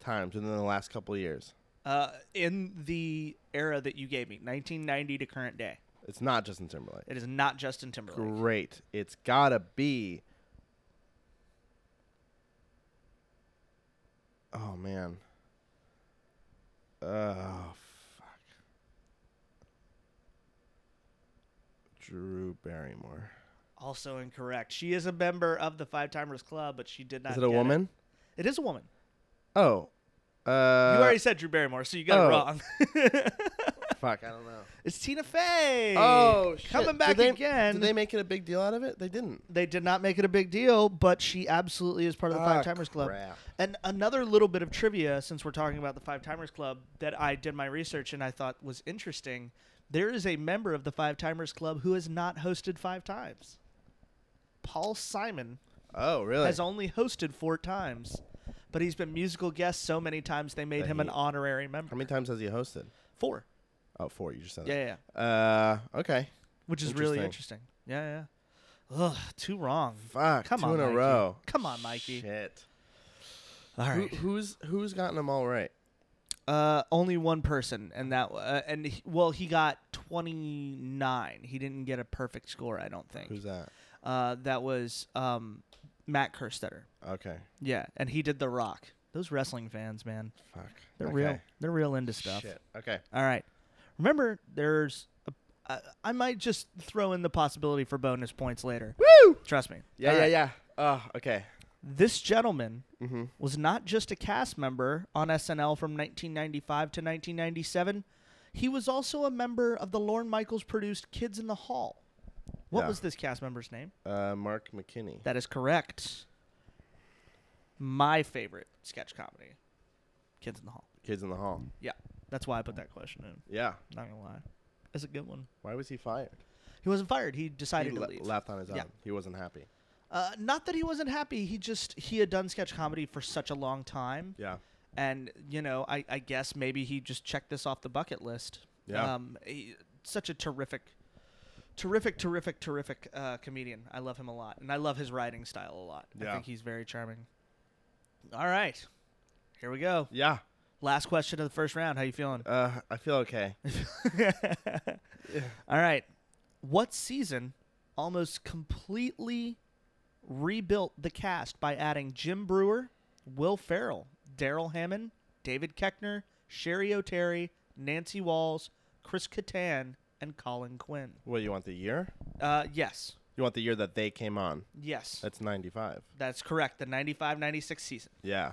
S2: times within the last couple of years.
S1: Uh, in the era that you gave me, 1990 to current day,
S2: It's not Justin Timberlake.
S1: it is not Justin Timberlake.
S2: Great. It's gotta be. Oh man. Oh fuck. Drew Barrymore.
S1: Also incorrect. She is a member of the Five Timers Club, but she did not.
S2: Is it a
S1: get
S2: woman?
S1: It is a woman.
S2: Oh. Uh,
S1: you already said Drew Barrymore, so you got
S2: oh.
S1: it wrong.
S2: fuck. I don't know.
S1: it's Tina Fey.
S2: Oh, shit.
S1: coming
S2: Did
S1: back
S2: they-
S1: again.
S2: Did they make it a big deal out of it? They didn't.
S1: They did not make it a big deal, but she absolutely is part of the
S2: Ah,
S1: Five Timers Club.
S2: crap.
S1: And another little bit of trivia, since we're talking about the Five Timers Club, that I did my research and I thought was interesting. There is a member of the Five Timers Club who has not hosted five times. Paul Simon
S2: Oh, really?
S1: has only hosted four times, but he's been musical guest so many times they made
S2: That
S1: him an
S2: he-
S1: honorary
S2: How
S1: member.
S2: many times has he hosted?
S1: Four.
S2: Oh, four. You just said
S1: Yeah, yeah, yeah.
S2: that. Uh, okay.
S1: Which is really interesting.
S2: Interesting.
S1: Yeah, yeah. Ugh, two wrong.
S2: Fuck.
S1: Come
S2: two
S1: on,
S2: in
S1: Mikey.
S2: a row.
S1: Come on, Mikey.
S2: Shit.
S1: All
S2: Who-
S1: right.
S2: who's who's gotten them all right?
S1: Uh, only one person, and that uh, and he, well, he got twenty nine. He didn't get a perfect score, I don't think.
S2: Who's that?
S1: Uh, that was um, Matt Kerstetter.
S2: Okay.
S1: Yeah, and he did The Rock. Those wrestling fans, man,
S2: Fuck.
S1: they're
S2: okay.
S1: real. They're real into stuff.
S2: Shit. Okay.
S1: All right, remember, there's. A, I, I might just throw in the possibility for bonus points later.
S2: Woo!
S1: Trust me.
S2: Yeah,
S1: All
S2: yeah,
S1: right.
S2: yeah. Oh, okay.
S1: This gentleman
S2: Mm-hmm.
S1: was not just a cast member on SNL from 1995 to 1997. He was also a member of the Lorne Michaels produced Kids in the Hall. What
S2: Yeah.
S1: was this cast member's name?
S2: Uh, Mark McKinney.
S1: That is correct. My favorite sketch comedy, Kids in the Hall.
S2: Kids in the Hall.
S1: That's why I put that question in.
S2: Yeah.
S1: Not gonna lie, it's a good one.
S2: Why was he fired?
S1: He wasn't fired. He
S2: He
S1: decided to
S2: le-
S1: leave.
S2: left on his own.
S1: Yeah.
S2: He wasn't happy.
S1: Uh, not that he wasn't happy. He just he had done sketch comedy for such a long time,
S2: Yeah.
S1: and you know, I, I guess maybe he just checked this off the bucket list.
S2: Yeah.
S1: Um, he- such a terrific, terrific, terrific, terrific uh, comedian. I love him a lot, and I love his writing style a lot. I
S2: Yeah.
S1: think he's very charming. All right, here we go.
S2: Yeah.
S1: Last question of the first round. How you feeling?
S2: Uh, I feel okay.
S1: All right. What season almost completely rebuilt the cast by adding Jim Brewer, Will Farrell, Daryl Hammond, David Keckner, Sherry O'Terry, Nancy Walls, Chris Kattan, and Colin Quinn?
S2: What you want the year?
S1: Uh, yes.
S2: You want the year that they came on?
S1: Yes.
S2: That's ninety five.
S1: That's correct. The 95 96 season.
S2: Yeah.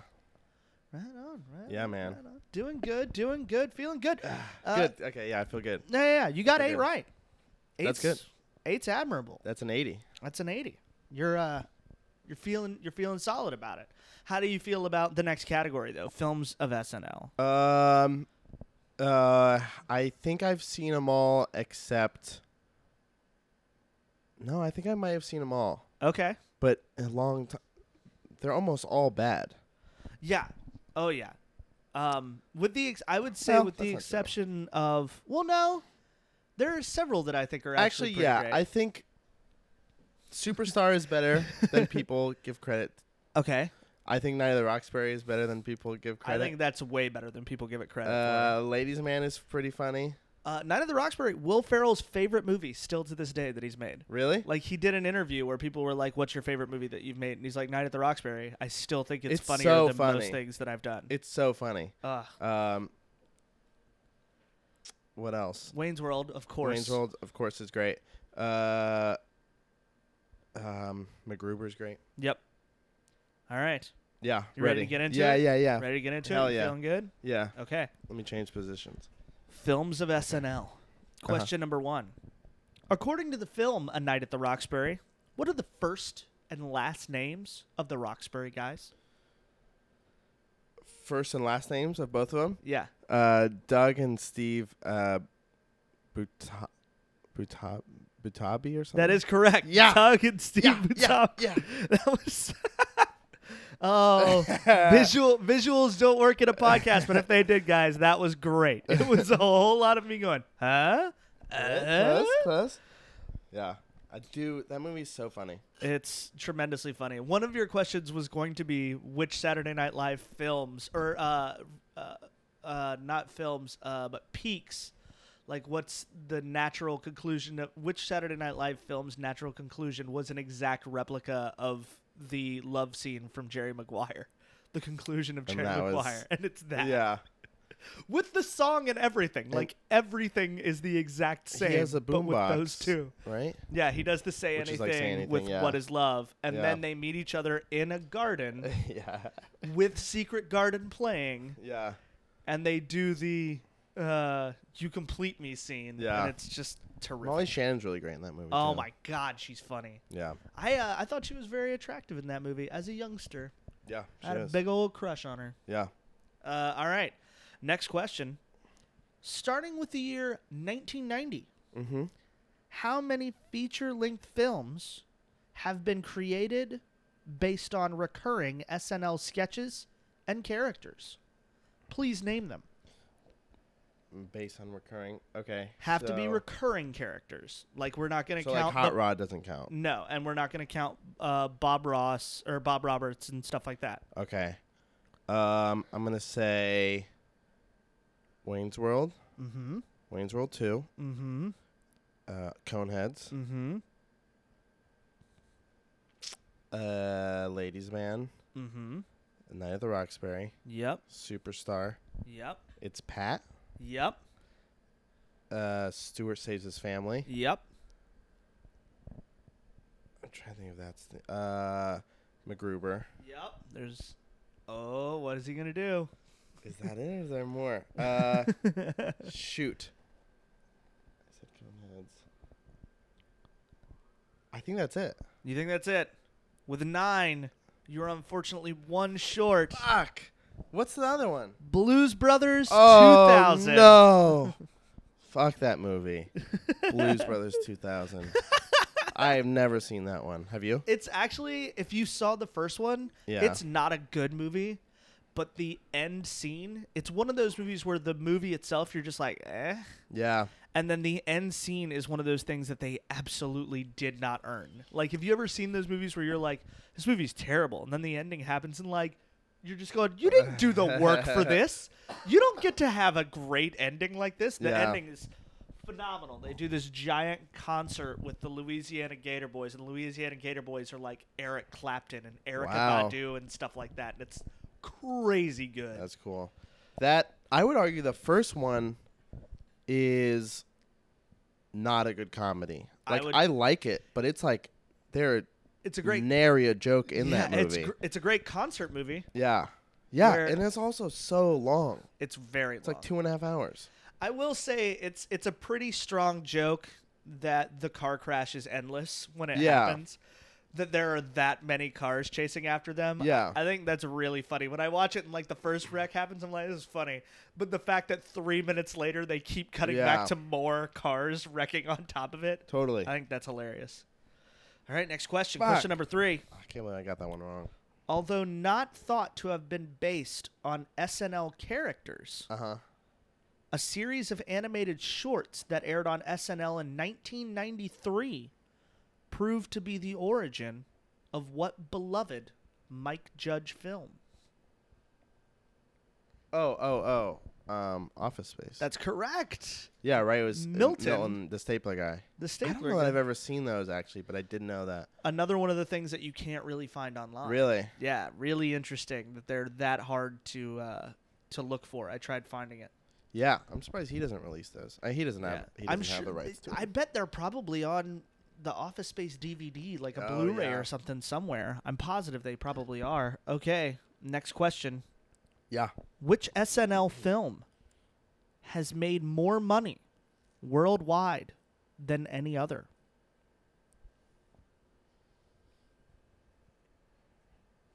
S1: Right on, right?
S2: Yeah,
S1: on,
S2: man.
S1: right on. Doing good, doing good, feeling good. Uh,
S2: good. Okay. Yeah, I feel good.
S1: Yeah, yeah, yeah. You got
S2: Okay.
S1: eight right.
S2: That's good.
S1: Eight's admirable.
S2: That's an eighty.
S1: That's an eighty. You're uh, you're feeling you're feeling solid about it. How do you feel about the next category though? Films of SNL.
S2: Um, uh, I think I've seen them all except. No, I think I might have seen them all,
S1: Okay.
S2: but a long time. They're almost all bad.
S1: Yeah. Oh yeah. Um, with the ex- I would say
S2: Well,
S1: with the
S2: that's not
S1: exception of well no, there are several that I think are actually,
S2: Actually,
S1: pretty
S2: yeah,
S1: great.
S2: I think Superstar is better than people give credit.
S1: okay.
S2: I think Night of the Roxbury is better than people give
S1: I
S2: credit.
S1: think that's way better than people give it credit.
S2: uh, Ladies Man is pretty funny.
S1: for. Uh, Night of the Roxbury, Will Ferrell's favorite movie still to this day that he's made.
S2: Really?
S1: Like he did an interview where people were like, "What's your favorite movie that you've made?" And he's like, "Night at the Roxbury." I still think it's,
S2: It's
S1: funnier
S2: so
S1: than most
S2: funny.
S1: things that I've done.
S2: It's so funny.
S1: Ugh.
S2: Um, what else?
S1: Wayne's World, of course.
S2: Wayne's World, of course, is great. Uh, um, MacGruber's great.
S1: Yep. All right.
S2: Yeah,
S1: You ready to get into
S2: yeah,
S1: it?
S2: Yeah, yeah,
S1: Ready to get into
S2: Hell
S1: it? You
S2: yeah.
S1: Feeling good?
S2: yeah.
S1: Okay.
S2: Let me change positions.
S1: Films of SNL.
S2: Uh-huh.
S1: Question number one. According to the film A Night at the Roxbury, what are the first and last names of the Roxbury guys?
S2: First and last names of both of them.
S1: Yeah.
S2: Uh, Doug and Steve. Uh, Buta, Buta, Butabi or something.
S1: That is correct.
S2: Yeah.
S1: Doug and Steve
S2: Yeah, yeah,
S1: Butop.
S2: yeah.
S1: That was. oh, visual visuals don't work in a podcast, but if they did, guys, that was great. It was a whole lot of me going, huh?
S2: Yeah,
S1: Uh?
S2: close, close. Yeah, I do. That movie's so funny.
S1: It's tremendously funny. One of your questions was going to be which Saturday Night Live films or uh, uh, uh, not films, uh, but peaks. Like, what's the natural conclusion of which Saturday Night Live film's natural conclusion was an exact replica of the love scene from Jerry Maguire? The conclusion of Jerry
S2: that was-
S1: Maguire, and it's that
S2: Yeah,
S1: with the song and everything. Like everything is the exact same.
S2: he has a
S1: but with
S2: boombox.
S1: those two.
S2: right?
S1: Yeah, he does the say,
S2: Which
S1: anything,
S2: is like Say Anything,
S1: with
S2: yeah.
S1: what is love, and
S2: Yeah.
S1: then they meet each other in a garden
S2: yeah,
S1: with Secret Garden playing,
S2: yeah.
S1: and they do the uh, "You complete me" scene.
S2: Yeah.
S1: and it's just terrific.
S2: Molly Shannon's really great in that movie.
S1: oh
S2: too.
S1: my god, she's funny.
S2: Yeah,
S1: I uh, I thought she was very attractive in that movie as a youngster.
S2: yeah.
S1: I had
S2: she
S1: a
S2: is.
S1: big old crush on her.
S2: Yeah.
S1: Uh, all right, next question. Starting with the year 1990.
S2: Mm-hmm.
S1: how many feature length films have been created based on recurring SNL sketches and characters? Please name them.
S2: Based on recurring. Okay.
S1: Have to be
S2: so-
S1: recurring characters. Like we're not going to
S2: So like
S1: count.
S2: Hot
S1: the-
S2: Rod doesn't count.
S1: no, and we're not going to count uh, Bob Ross or Bob Roberts and stuff like that.
S2: Okay. Um, I'm gonna say. Wayne's World.
S1: Mm-hmm.
S2: Wayne's World Two.
S1: Mm-hmm.
S2: Uh, Coneheads.
S1: Mm-hmm.
S2: Uh, Ladies Man.
S1: Mm-hmm.
S2: Night of the Roxbury.
S1: Yep.
S2: Superstar.
S1: Yep.
S2: It's Pat.
S1: Yep.
S2: Uh, Stuart saves his family.
S1: Yep.
S2: I'm trying to think if that's the, uh, MacGruber.
S1: Yep. There's. Oh, what is he gonna do?
S2: Is that it? Or is there more? Uh, shoot. I said Coneheads. I think that's it.
S1: You think that's it? With nine, you're unfortunately one short.
S2: Fuck. What's the other one?
S1: Blues Brothers
S2: Oh
S1: 2000.
S2: no! Fuck that movie, Blues Brothers 2000. I have never seen that one. Have you?
S1: It's actually if you saw the first one,
S2: Yeah.
S1: it's not a good movie, but the end scene, it's one of those movies where the movie itself you're just like, "Eh."
S2: Yeah.
S1: And then the end scene is one of those things that they absolutely did not earn. Like have you ever seen those movies where you're like, this movie's terrible, and then the ending happens and like you're just going, you didn't do the work for this. You don't get to have a great ending like this. The
S2: Yeah.
S1: ending is phenomenal. They do this giant concert with the Louisiana Gator Boys, and the Louisiana Gator Boys are like Eric Clapton and Erica
S2: Wow.
S1: Badu and stuff like that. And it's crazy good.
S2: That's cool. That I would argue the first one is not a good comedy.
S1: I
S2: Like I,
S1: would-
S2: like it, but it's like there
S1: it's a
S2: are
S1: great
S2: nary a joke in that
S1: Yeah,
S2: movie.
S1: It's, gr- it's a great concert movie.
S2: yeah. Yeah,
S1: Where-
S2: and it's also so long.
S1: It's very
S2: It's like two and a half hours.
S1: I will say it's it's a pretty strong joke that the car crash is endless when it
S2: Yeah.
S1: happens. That there are that many cars chasing after them.
S2: Yeah.
S1: I think that's really funny. When I watch it and like the first wreck happens, I'm like, this is funny. But the fact that three minutes later they keep cutting
S2: Yeah.
S1: back to more cars wrecking on top of it,
S2: Totally.
S1: I think that's hilarious. All right, next question.
S2: Fuck.
S1: Question number three.
S2: I can't believe I got that one wrong.
S1: Although not thought to have been based on SNL characters,
S2: Uh huh.
S1: a series of animated shorts that aired on SNL in 1993 proved to be the origin of what beloved Mike Judge film.
S2: Oh, oh, oh. Um, Office Space.
S1: That's correct.
S2: yeah, right. It was uh,
S1: Milton.
S2: Milton, the stapler guy.
S1: The
S2: I
S1: stapler.
S2: don't know that
S1: gun.
S2: I've ever seen those actually, but I did know that.
S1: Another one of the things that you can't really find online.
S2: Really?
S1: Yeah, really interesting that they're that hard to uh, to look for. I tried finding it.
S2: Yeah, I'm surprised he doesn't release those. Uh, he doesn't have.
S1: Yeah.
S2: He doesn't
S1: I'm
S2: have
S1: sure.
S2: the rights to.
S1: I bet they're probably on the Office Space DVD, like a
S2: Oh,
S1: Blu-ray
S2: yeah.
S1: or something somewhere. I'm positive they probably are. Okay, next question.
S2: Yeah.
S1: Which SNL film has made more money worldwide than any other?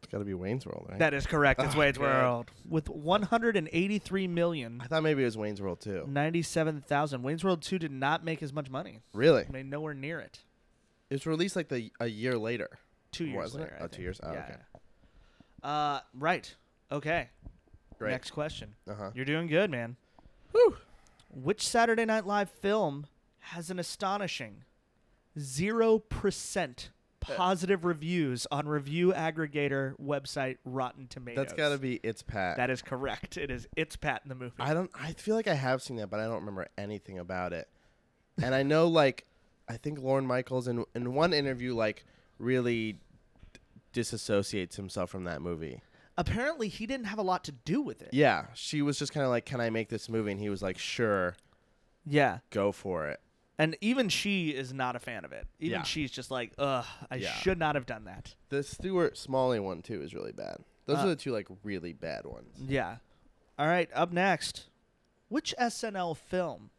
S2: It's got to be Wayne's World, right?
S1: That is correct. It's
S2: Oh,
S1: Wayne's
S2: God.
S1: World with 183 million
S2: I thought maybe it was Wayne's World
S1: Mm.
S2: too.
S1: 97,000. Wayne's World 2 did not make as much money.
S2: Really?
S1: It made nowhere near it.
S2: It was released like the a year later.
S1: 2 years
S2: Wasn't it?
S1: later. I
S2: Oh, two
S1: think.
S2: years? Oh,
S1: Yeah,
S2: okay.
S1: yeah. Uh, right. Okay.
S2: Right.
S1: Next question.
S2: Uh huh.
S1: You're doing good, man.
S2: Whew.
S1: Which Saturday Night Live film has an astonishing 0% positive reviews on review aggregator website Rotten Tomatoes?
S2: That's got to be It's Pat.
S1: That is correct. It is It's Pat in the movie.
S2: I don't. I feel like I have seen that, but I don't remember anything about it. And I know, like, I think Lauren Michaels in in one interview, like, really d- disassociates himself from that movie.
S1: Apparently, he didn't have a lot to do with it.
S2: Yeah, she was just kind of like, "Can I make this movie?" And he was like, "Sure,
S1: Yeah.
S2: go for it."
S1: And even she is not a fan of it. Even
S2: Yeah.
S1: she's just like, ugh, I
S2: Yeah.
S1: should not have done that.
S2: The Stuart Smalley one too is really bad. Those
S1: Uh,
S2: are the two like really bad ones.
S1: Yeah. All right, up next. Which SNL film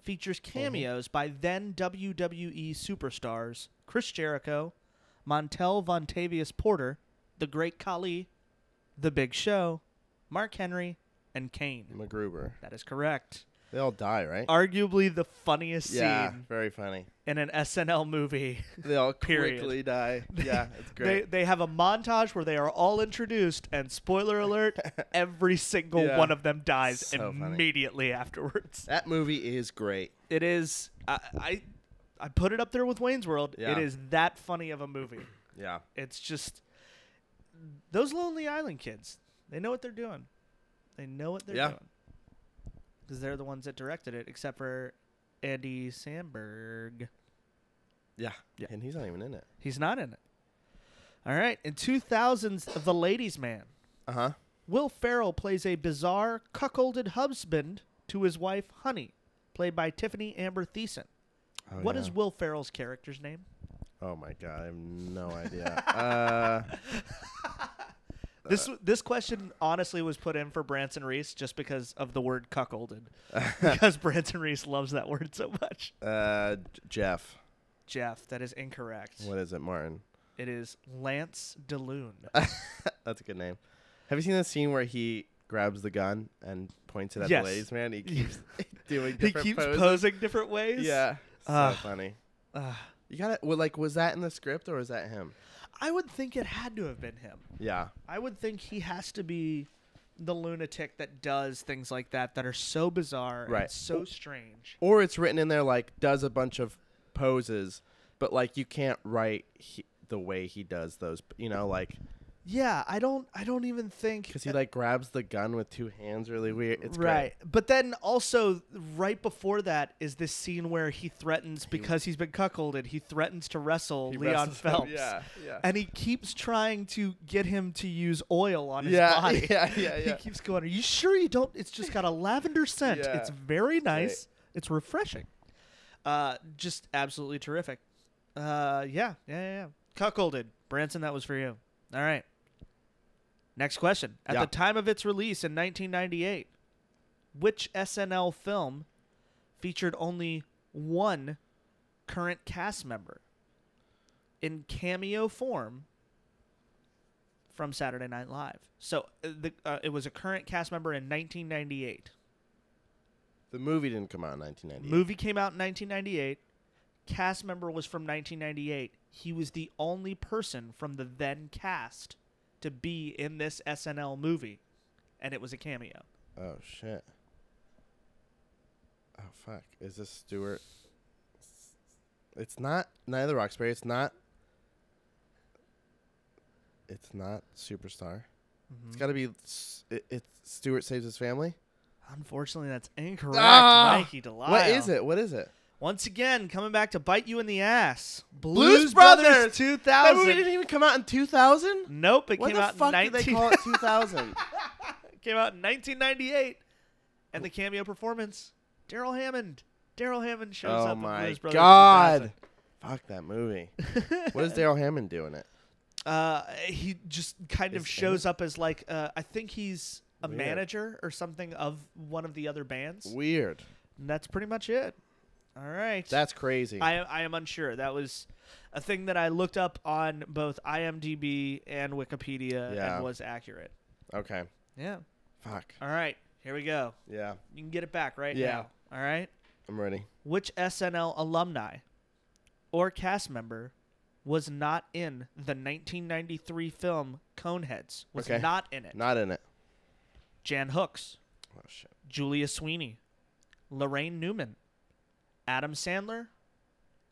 S1: features
S2: Mm-hmm.
S1: cameos by then WWE superstars Chris Jericho, Montel Vontavious Porter, The Great Khali, The Big Show, Mark Henry, and Kane?
S2: MacGruber.
S1: That is correct.
S2: They all die, right?
S1: Arguably the funniest
S2: yeah,
S1: scene
S2: very funny.
S1: in an SNL movie.
S2: They all
S1: Period.
S2: quickly die. Yeah, it's
S1: They,
S2: great.
S1: they have a montage where they are all introduced, and spoiler alert, every single
S2: Yeah.
S1: one of them dies
S2: So funny.
S1: immediately afterwards.
S2: that movie is great.
S1: It is. I, I I put it up there with Wayne's World. It
S2: Yeah.
S1: is that funny of a movie.
S2: Yeah.
S1: It's just those Lonely Island kids. They know what they're doing. They know what they're
S2: Yeah.
S1: doing because they're the ones that directed it, except for Andy Samberg.
S2: Yeah.
S1: Yeah.
S2: And he's not even in it.
S1: He's not in it. All right. In 2000s, The Ladies' Man.
S2: Uh huh.
S1: Will Farrell plays a bizarre, cuckolded husband to his wife, Honey, played by Tiffany Amber Thiessen. What is Will Farrell's character's name?
S2: Oh my god, I have no idea. uh,
S1: This this question honestly was put in for Branson Reese just because of the word cuckolded, because Branson Reese loves that word so much.
S2: uh, J- Jeff.
S1: Jeff, that is incorrect.
S2: What is it, Martin?
S1: It is Lance DeLune.
S2: That's a good name. Have you seen the scene where he grabs the gun and points it at
S1: Yes.
S2: the ladies man. He keeps doing
S1: he
S2: different
S1: keeps
S2: poses.
S1: posing different ways.
S2: Yeah, so
S1: Ah.
S2: funny.
S1: Uh,
S2: You got to Well, like, was that in the script or was that him?
S1: I would think it had to have been him.
S2: Yeah,
S1: I would think he has to be the lunatic that does things like that that are so bizarre and
S2: Right.
S1: so strange.
S2: or it's written in there like does a bunch of poses, but like you can't write he, the way he does those. You know, like
S1: Yeah, I don't I don't even think
S2: because he like grabs the gun with two hands really weird. It's great.
S1: right. But then also right before that is this scene where he threatens because he, has been cuckolded, he threatens to wrestle
S2: He
S1: Leon
S2: wrestles him.
S1: Phelps.
S2: Yeah, yeah.
S1: And he keeps trying to get him to use oil on his
S2: Yeah,
S1: body.
S2: yeah, yeah,
S1: He
S2: yeah.
S1: keeps going, Are you sure you don't? It's just got a lavender scent.
S2: Yeah.
S1: It's very nice. It's refreshing. Uh, just absolutely terrific. Uh, yeah, yeah, yeah, yeah. Cuckolded. Branson, that was for you. All right. Next question. At
S2: Yeah.
S1: the time of its release in 1998, which SNL film featured only one current cast member in cameo form from Saturday Night Live? So uh, the, uh, it was a current cast member in 1998.
S2: The movie didn't come out in 1998.
S1: Movie came out in 1998. Cast member was from 1998. He was the only person from the then cast to be in this SNL movie, and it was a cameo.
S2: Oh shit. Oh fuck. Is this Stewart? It's not neither Roxbury. It's not. It's not superstar.
S1: Mm-hmm.
S2: It's got to be. s- It, it's Stewart saves his family.
S1: Unfortunately, that's incorrect,
S2: Ah!
S1: Mikey Delisle.
S2: What is it? What is it?
S1: Once again, coming back to bite you in the ass. Blues,
S2: Blues
S1: Brothers,
S2: Brothers! That movie
S1: 2000.
S2: didn't even come out in 2000.
S1: Nope, it
S2: What
S1: came
S2: the
S1: out, in
S2: fuck
S1: 19-
S2: did they call it 2000?
S1: came out in 1998. And the cameo performance, Daryl Hammond. Daryl Hammond shows
S2: oh
S1: up in
S2: my
S1: Blues Brothers. 2000.
S2: god! Fuck that movie. what is Daryl Hammond doing it?
S1: uh, he just kind of
S2: Is
S1: shows up as like uh, I think he's a
S2: Weird.
S1: manager or something of one of the other bands.
S2: Weird.
S1: And that's pretty much it. All right.
S2: That's crazy.
S1: I I am unsure. That was a thing that I looked up on both IMDb and Wikipedia
S2: Yeah.
S1: and was accurate.
S2: okay.
S1: Yeah.
S2: Fuck.
S1: All right. Here we go.
S2: Yeah.
S1: You can get it back right
S2: Yeah.
S1: now. All right.
S2: I'm ready.
S1: Which SNL alumni or cast member was not in the 1993 film Coneheads? Was
S2: Okay.
S1: not in it.
S2: Not in it.
S1: Jan Hooks,
S2: Oh shit.
S1: Julia Sweeney, Lorraine Newman, Adam Sandler,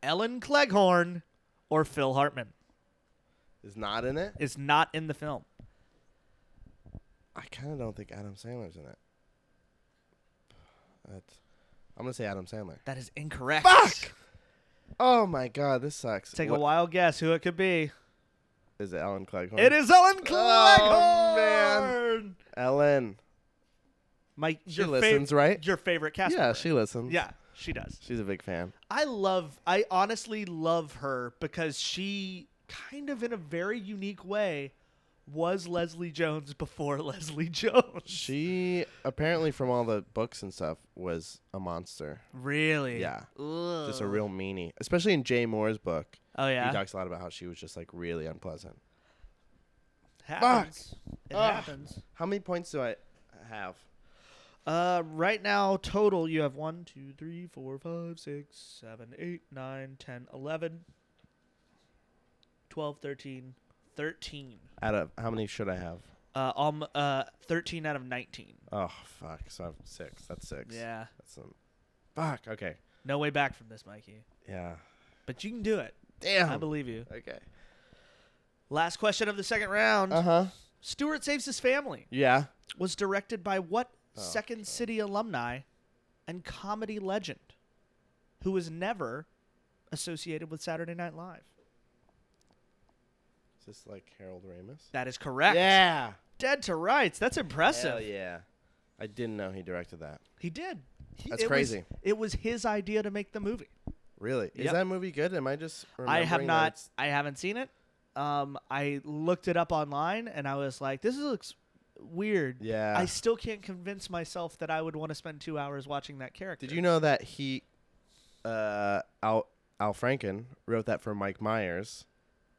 S1: Ellen Cleghorn, or Phil Hartman
S2: Is not in it.
S1: is not in the film.
S2: I kind of don't think Adam Sandler's in it. That's. I'm gonna say Adam Sandler.
S1: That is incorrect.
S2: Fuck! Oh my god, this sucks.
S1: Take a
S2: What-
S1: wild guess who it could be.
S2: Is it Ellen Cleghorn?
S1: It is Ellen Cleghorn.
S2: Oh, man. Ellen.
S1: Mike,
S2: She
S1: your fav-
S2: listens, right?
S1: Your favorite cast
S2: yeah,
S1: member.
S2: she listens.
S1: Yeah, she does.
S2: She's a big fan.
S1: I love I honestly love her because she kind of in a very unique way was Leslie Jones before Leslie Jones.
S2: She apparently, from all the books and stuff, was a monster.
S1: Really?
S2: Yeah.
S1: Ugh.
S2: Just a real meanie. Especially in Jay Moore's book,
S1: Oh
S2: he
S1: yeah.
S2: talks a lot about how she was just like really unpleasant.
S1: Happens. It
S2: Ugh.
S1: happens.
S2: How many points do I have?
S1: Uh, right now total you have one, two, three, four, five, six, seven, eight, nine, ten, eleven, twelve, thirteen, thirteen.
S2: Out of how many should I have?
S1: Uh, um, uh, thirteen out of nineteen.
S2: Oh fuck! So I'm six. That's six.
S1: Yeah.
S2: That's um, fuck. Okay.
S1: No way back from this, Mikey.
S2: Yeah.
S1: But you can do it.
S2: Damn.
S1: I believe you.
S2: okay.
S1: Last question of the second round.
S2: Uh huh.
S1: Stewart Saves His Family
S2: Yeah.
S1: was directed by what
S2: Oh,
S1: Second City alumni and comedy legend who was never associated with Saturday Night Live?
S2: Is this like Harold Ramis?
S1: That is correct.
S2: Yeah.
S1: Dead to rights. That's impressive.
S2: Hell yeah. I didn't know he directed that.
S1: He did. He-
S2: That's
S1: it was-
S2: crazy.
S1: it was his idea to make the movie.
S2: Really? Is
S1: Yep.
S2: that movie good? Am I just?
S1: I have
S2: remembering that
S1: not.
S2: it's-
S1: I haven't seen it. Um, I looked it up online and I was like, this looks weird.
S2: Yeah.
S1: I still can't convince myself that I would want to spend two hours watching that character.
S2: Did you know that he, uh, Al Al Franken wrote that for Mike Myers,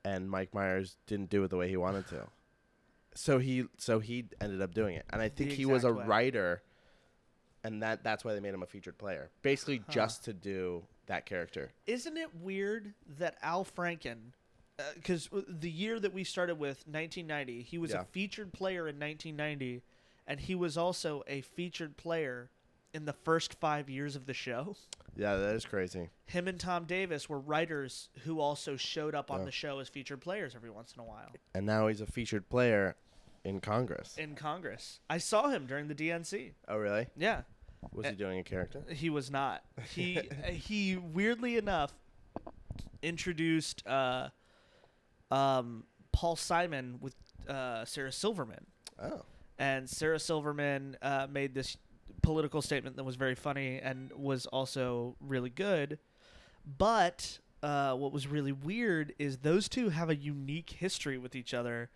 S2: and Mike Myers didn't do it the way he wanted to. so he so he ended up doing it, and I think he was a
S1: exact way.
S2: writer, and that that's why they made him a featured player, basically just to do that character.
S1: Isn't it weird that Al Franken, because the year that we started with, 1990, he was
S2: Yeah.
S1: a featured player in 1990, and he was also a featured player in the first five years of the show.
S2: Yeah, that is crazy.
S1: Him and Tom Davis were writers who also showed up on
S2: Yeah.
S1: the show as featured players every once in a while
S2: And now he's a featured player in Congress.
S1: in Congress. I saw him during the DNC.
S2: oh, really?
S1: Yeah.
S2: Was
S1: Uh,
S2: he doing a character?
S1: He was not. He uh, he weirdly enough introduced uh, um, Paul Simon with uh, Sarah Silverman,
S2: Oh,
S1: and Sarah Silverman uh, made this political statement that was very funny and was also really good. But uh, what was really weird is those two have a unique history with each other,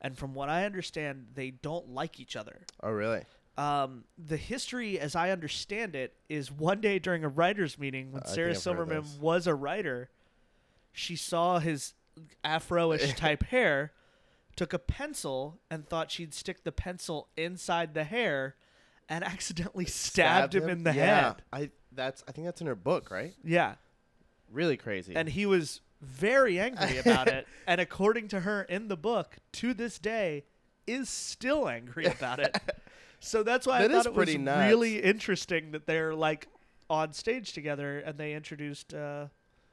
S1: and from what I understand, they don't like each other
S2: oh, really?
S1: um, the history, as I understand it, is one day during a writers' meeting when
S2: I think I've
S1: Sarah
S2: heard
S1: Silverman
S2: this.
S1: was a writer, she saw his afro-ish type hair, took a pencil and thought she'd stick the pencil inside the hair, and accidentally stabbed, him, in the
S2: yeah.
S1: head.
S2: I that's I think that's in her book, right?
S1: Yeah,
S2: Really crazy.
S1: and he was very angry about it. And according to her in the book, to this day, is still angry about it. So that's why
S2: That
S1: I thought
S2: is
S1: it
S2: pretty
S1: was
S2: nuts.
S1: really interesting that they're like on stage together and they introduced uh,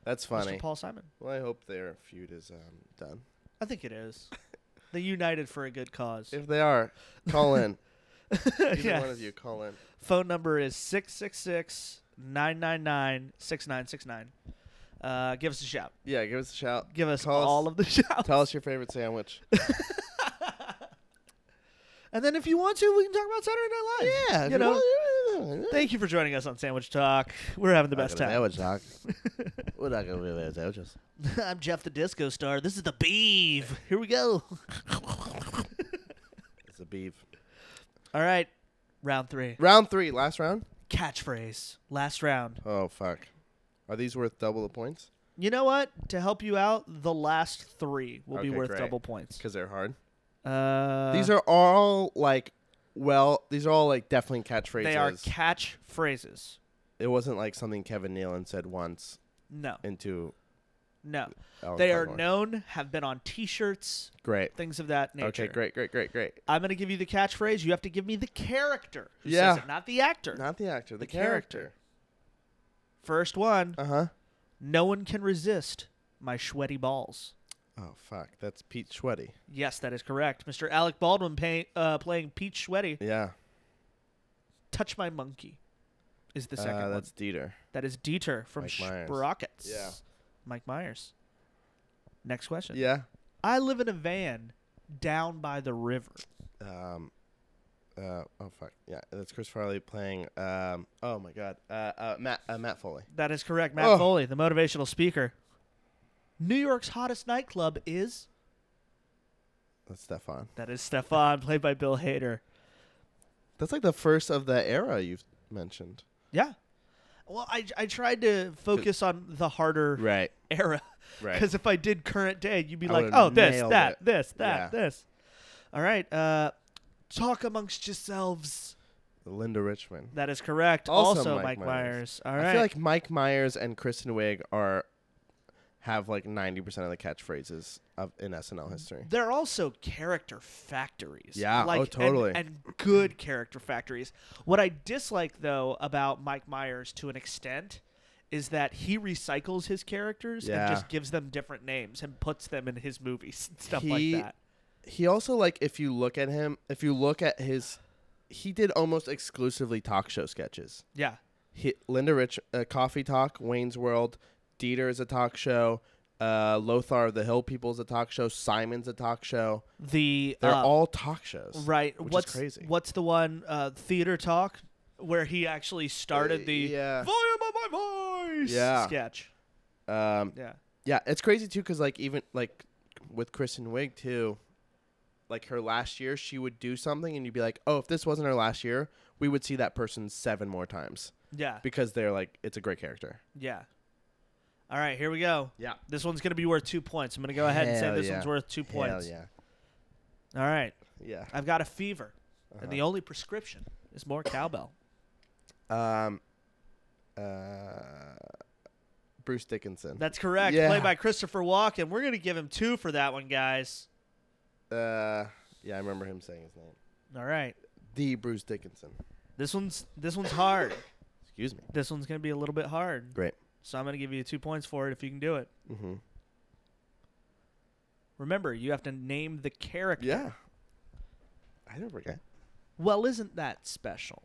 S2: that's funny.
S1: Mr. Paul Simon.
S2: Well, I hope their feud is um, done.
S1: I think it is. They united for a good cause.
S2: If they are, call in. Either
S1: Yeah.
S2: one of you, call in.
S1: Phone number is 666 999 6969. Uh, Give us a shout.
S2: Yeah, give us a shout.
S1: Give us
S2: Tell us-
S1: all of the shout.
S2: Tell us your favorite sandwich.
S1: And then if you want to, we can talk about Saturday Night Live.
S2: Yeah,
S1: You know, Thank you for joining us on Sandwich Talk. We're having the best time.
S2: Sandwich talk. We're not gonna be there sandwiches.
S1: I'm Jeff the Disco Star. This is the Beeve. Here we go.
S2: It's a beef.
S1: All right, round three.
S2: Round three, last round.
S1: Catchphrase. Last round.
S2: Oh fuck. Are these worth double the points?
S1: You know what? To help you out, the last three will be
S2: Okay,
S1: worth
S2: great.
S1: double points.
S2: Because they're hard.
S1: Uh,
S2: these are all like, well, these are all like definitely catchphrases.
S1: they are catchphrases.
S2: it wasn't like something Kevin Nealon said once
S1: No,
S2: into.
S1: no.
S2: Alan
S1: They are
S2: Cumming.
S1: known, have been on T-shirts,
S2: Great.
S1: things of that nature.
S2: Okay, great, great, great, great.
S1: I'm gonna give you the catchphrase. You have to give me the character who
S2: Yeah.
S1: says it, not the actor.
S2: Not the actor, the,
S1: The
S2: character.
S1: character. First one.
S2: Uh huh.
S1: No one can resist my sweaty balls.
S2: Oh fuck, that's Pete Sweaty.
S1: Yes, that is correct. Mr. Alec Baldwin pay, uh, playing Pete Sweaty.
S2: Yeah,
S1: Touch my monkey is the second
S2: uh,
S1: one.
S2: that's Dieter.
S1: That is Dieter from
S2: Mike Myers.
S1: Sprockets.
S2: Yeah.
S1: Mike Myers. Next question.
S2: Yeah.
S1: I live in a van down by the river.
S2: Um. Uh. Oh fuck. Yeah, that's Chris Farley playing. Um. Oh my god. Uh. uh Matt. Uh, Matt Foley.
S1: That is correct. Matt
S2: Oh.
S1: Foley, the motivational speaker. New York's hottest nightclub is
S2: That's Stefan.
S1: that is Stefan, played by Bill Hader.
S2: That's like the first of the era you've mentioned.
S1: Yeah. Well, I, I tried to focus on the harder
S2: Right.
S1: era.
S2: Right.
S1: Because if I did current day, you'd be
S2: I
S1: like,
S2: would've
S1: oh, this,
S2: nailed
S1: that,
S2: it."
S1: this, that,
S2: Yeah.
S1: this. All right. Uh, talk amongst yourselves.
S2: Linda Richmond.
S1: That is correct.
S2: Also
S1: Also,
S2: Mike
S1: Mike,
S2: Myers.
S1: Myers. All right.
S2: I feel like Mike Myers and Kristen Wiig are have like ninety percent of the catchphrases of in SNL history.
S1: they're also character factories.
S2: Yeah, oh,
S1: Like, and-
S2: totally.
S1: And, good character factories. What I dislike, though, about Mike Myers to an extent is that he recycles his characters
S2: Yeah.
S1: and just gives them different names and puts them in his movies and stuff
S2: He-
S1: like that.
S2: he also like if you look at him if you look at his he did almost exclusively talk show sketches
S1: Yeah.
S2: he, linda rich uh, coffee talk wayne's world dieter is a talk show uh, lothar of the hill people is a talk show simon's a talk show
S1: The
S2: they're
S1: uh,
S2: all talk shows
S1: Right.
S2: which is
S1: what's
S2: crazy.
S1: What's the one uh, theater talk where he actually started the
S2: Uh, yeah.
S1: volume of my voice
S2: Yeah.
S1: sketch?
S2: um,
S1: Yeah.
S2: yeah it's crazy too because like even like with kristen wiig too like her last year she would do something and you'd be like oh if this wasn't her last year we would see that person seven more times
S1: Yeah.
S2: because they're like it's a great character
S1: Yeah. All right, here we go.
S2: yeah
S1: This one's going to be worth two points. I'm going to go ahead and say
S2: Hell
S1: this
S2: yeah.
S1: one's worth two points.
S2: Hell yeah.
S1: All right.
S2: Yeah.
S1: I've got a fever,
S2: Uh-huh.
S1: and the only prescription is more cowbell.
S2: Um, uh, Bruce Dickinson.
S1: That's correct.
S2: Yeah.
S1: Played by Christopher Walken. We're gonna give him two for that one, guys.
S2: uh, yeah, I remember him saying his name.
S1: All right.
S2: The Bruce Dickinson.
S1: This one's this one's hard.
S2: Excuse me.
S1: This one's gonna be a little bit hard.
S2: Great.
S1: So I'm gonna give you two points for it if you can do it.
S2: Mm-hmm.
S1: Remember, you have to name the character.
S2: Yeah. I don't forget.
S1: Well, isn't that special?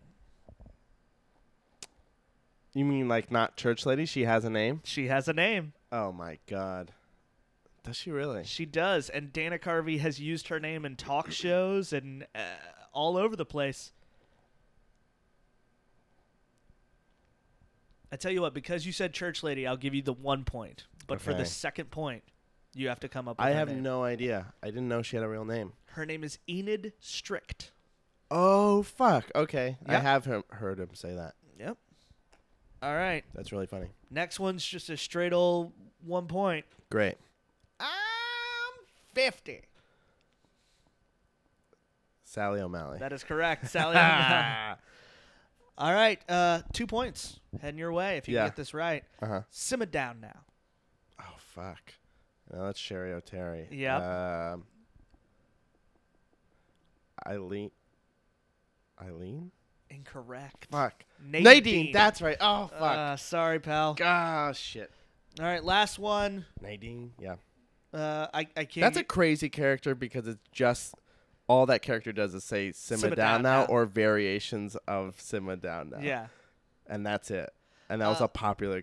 S2: You mean like not church lady? She has a name.
S1: She has a name.
S2: Oh my god. Does she really?
S1: She does, and Dana Carvey has used her name in talk shows and uh, all over the place. I tell you what, because you said church lady, I'll give you the one point. But for the
S2: Okay.
S1: second point, you have to come up with
S2: I
S1: her
S2: have
S1: name.
S2: no idea. I didn't know she had a real name.
S1: Her name is Enid Strict.
S2: Oh fuck. Okay. I
S1: Yeah.
S2: have him, heard him say that.
S1: Yep. All right.
S2: That's really funny.
S1: Next one's just a straight old one point.
S2: Great.
S1: I'm 50.
S2: Sally O'Malley.
S1: That is correct, Sally.
S2: Ah.
S1: All right, uh, two points heading your way if you
S2: Yeah.
S1: can get this right.
S2: Uh-huh.
S1: Simmer down now.
S2: Oh fuck. No, that's Sherry O'Terry.
S1: Yep.
S2: Um, Eileen. Eileen.
S1: Incorrect.
S2: Fuck.
S1: Nadine.
S2: That's right. Oh fuck.
S1: Uh, sorry, pal.
S2: Ah shit.
S1: All right, last one.
S2: Nadine. Yeah.
S1: Uh, I I can't.
S2: That's a
S1: get-
S2: crazy character because it's just all that character does is say simmer, down, now, or variations of simmer down now.
S1: yeah.
S2: And that's it. And that was
S1: Uh,
S2: a popular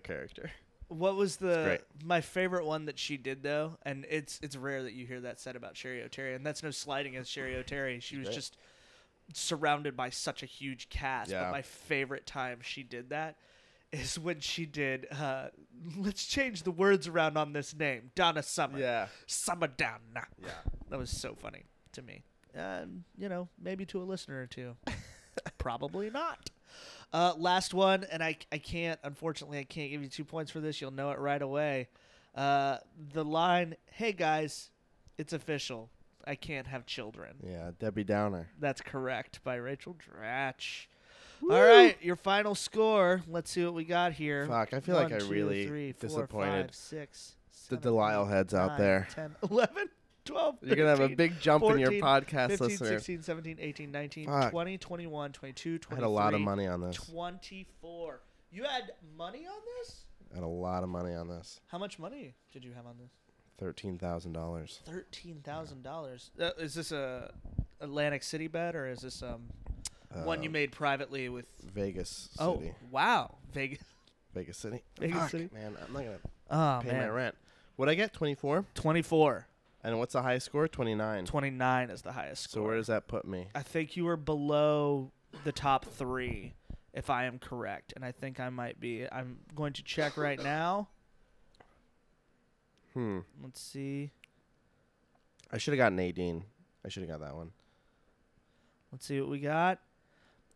S2: character.
S1: What was the
S2: great.
S1: my favorite one that she did though? And it's it's rare that you hear that said about Sherry O'Terry, and that's no slighting against Sherry O'Terry. She was
S2: great.
S1: just surrounded by such a huge cast.
S2: Yeah.
S1: But my favorite time she did that is when she did. Uh, Let's change the words around on this name, Donna Summer.
S2: Yeah.
S1: Summer down now.
S2: Yeah.
S1: That was so funny to me. And, you know, maybe to a listener or two. Probably not. Uh, last one, and I, I can't, unfortunately, I can't give you two points for this. You'll know it right away. Uh, the line, hey guys, it's official. I can't have children.
S2: Yeah. Debbie Downer.
S1: That's correct by Rachel Dratch. All right, your final score. Let's see what we got here.
S2: Fuck, I feel like I really disappointed the Delisle heads out there.
S1: 10, 11, 12,
S2: You're gonna have a
S1: 13,
S2: big jump in your
S1: 14,
S2: podcast
S1: 15,
S2: listener.
S1: 16, 17, 18, 19,
S2: Fuck.
S1: 20, 21, 22,
S2: I
S1: 23.
S2: had a lot of money on this.
S1: 24. You had money on this?
S2: I had a lot of money on this.
S1: How much money did you have on this?
S2: Thirteen thousand dollars.
S1: $13,000. Uh, is this a Atlantic City bet or is this um one
S2: Uh,
S1: you made privately with
S2: Vegas City.
S1: Oh, wow. Vegas.
S2: Vegas City.
S1: Vegas
S2: Fuck,
S1: City.
S2: Man, I'm not gonna
S1: Oh,
S2: pay my
S1: man.
S2: rent. What I get? Twenty four.
S1: 24.
S2: And what's the high score? Twenty nine.
S1: 29 is the highest score.
S2: So where does that put me?
S1: I think you were below the top three, if I am correct, and I think I might be. I'm going to check right now.
S2: Hmm.
S1: Let's see.
S2: I should have gotten Nadine. I should have got that one.
S1: Let's see what we got.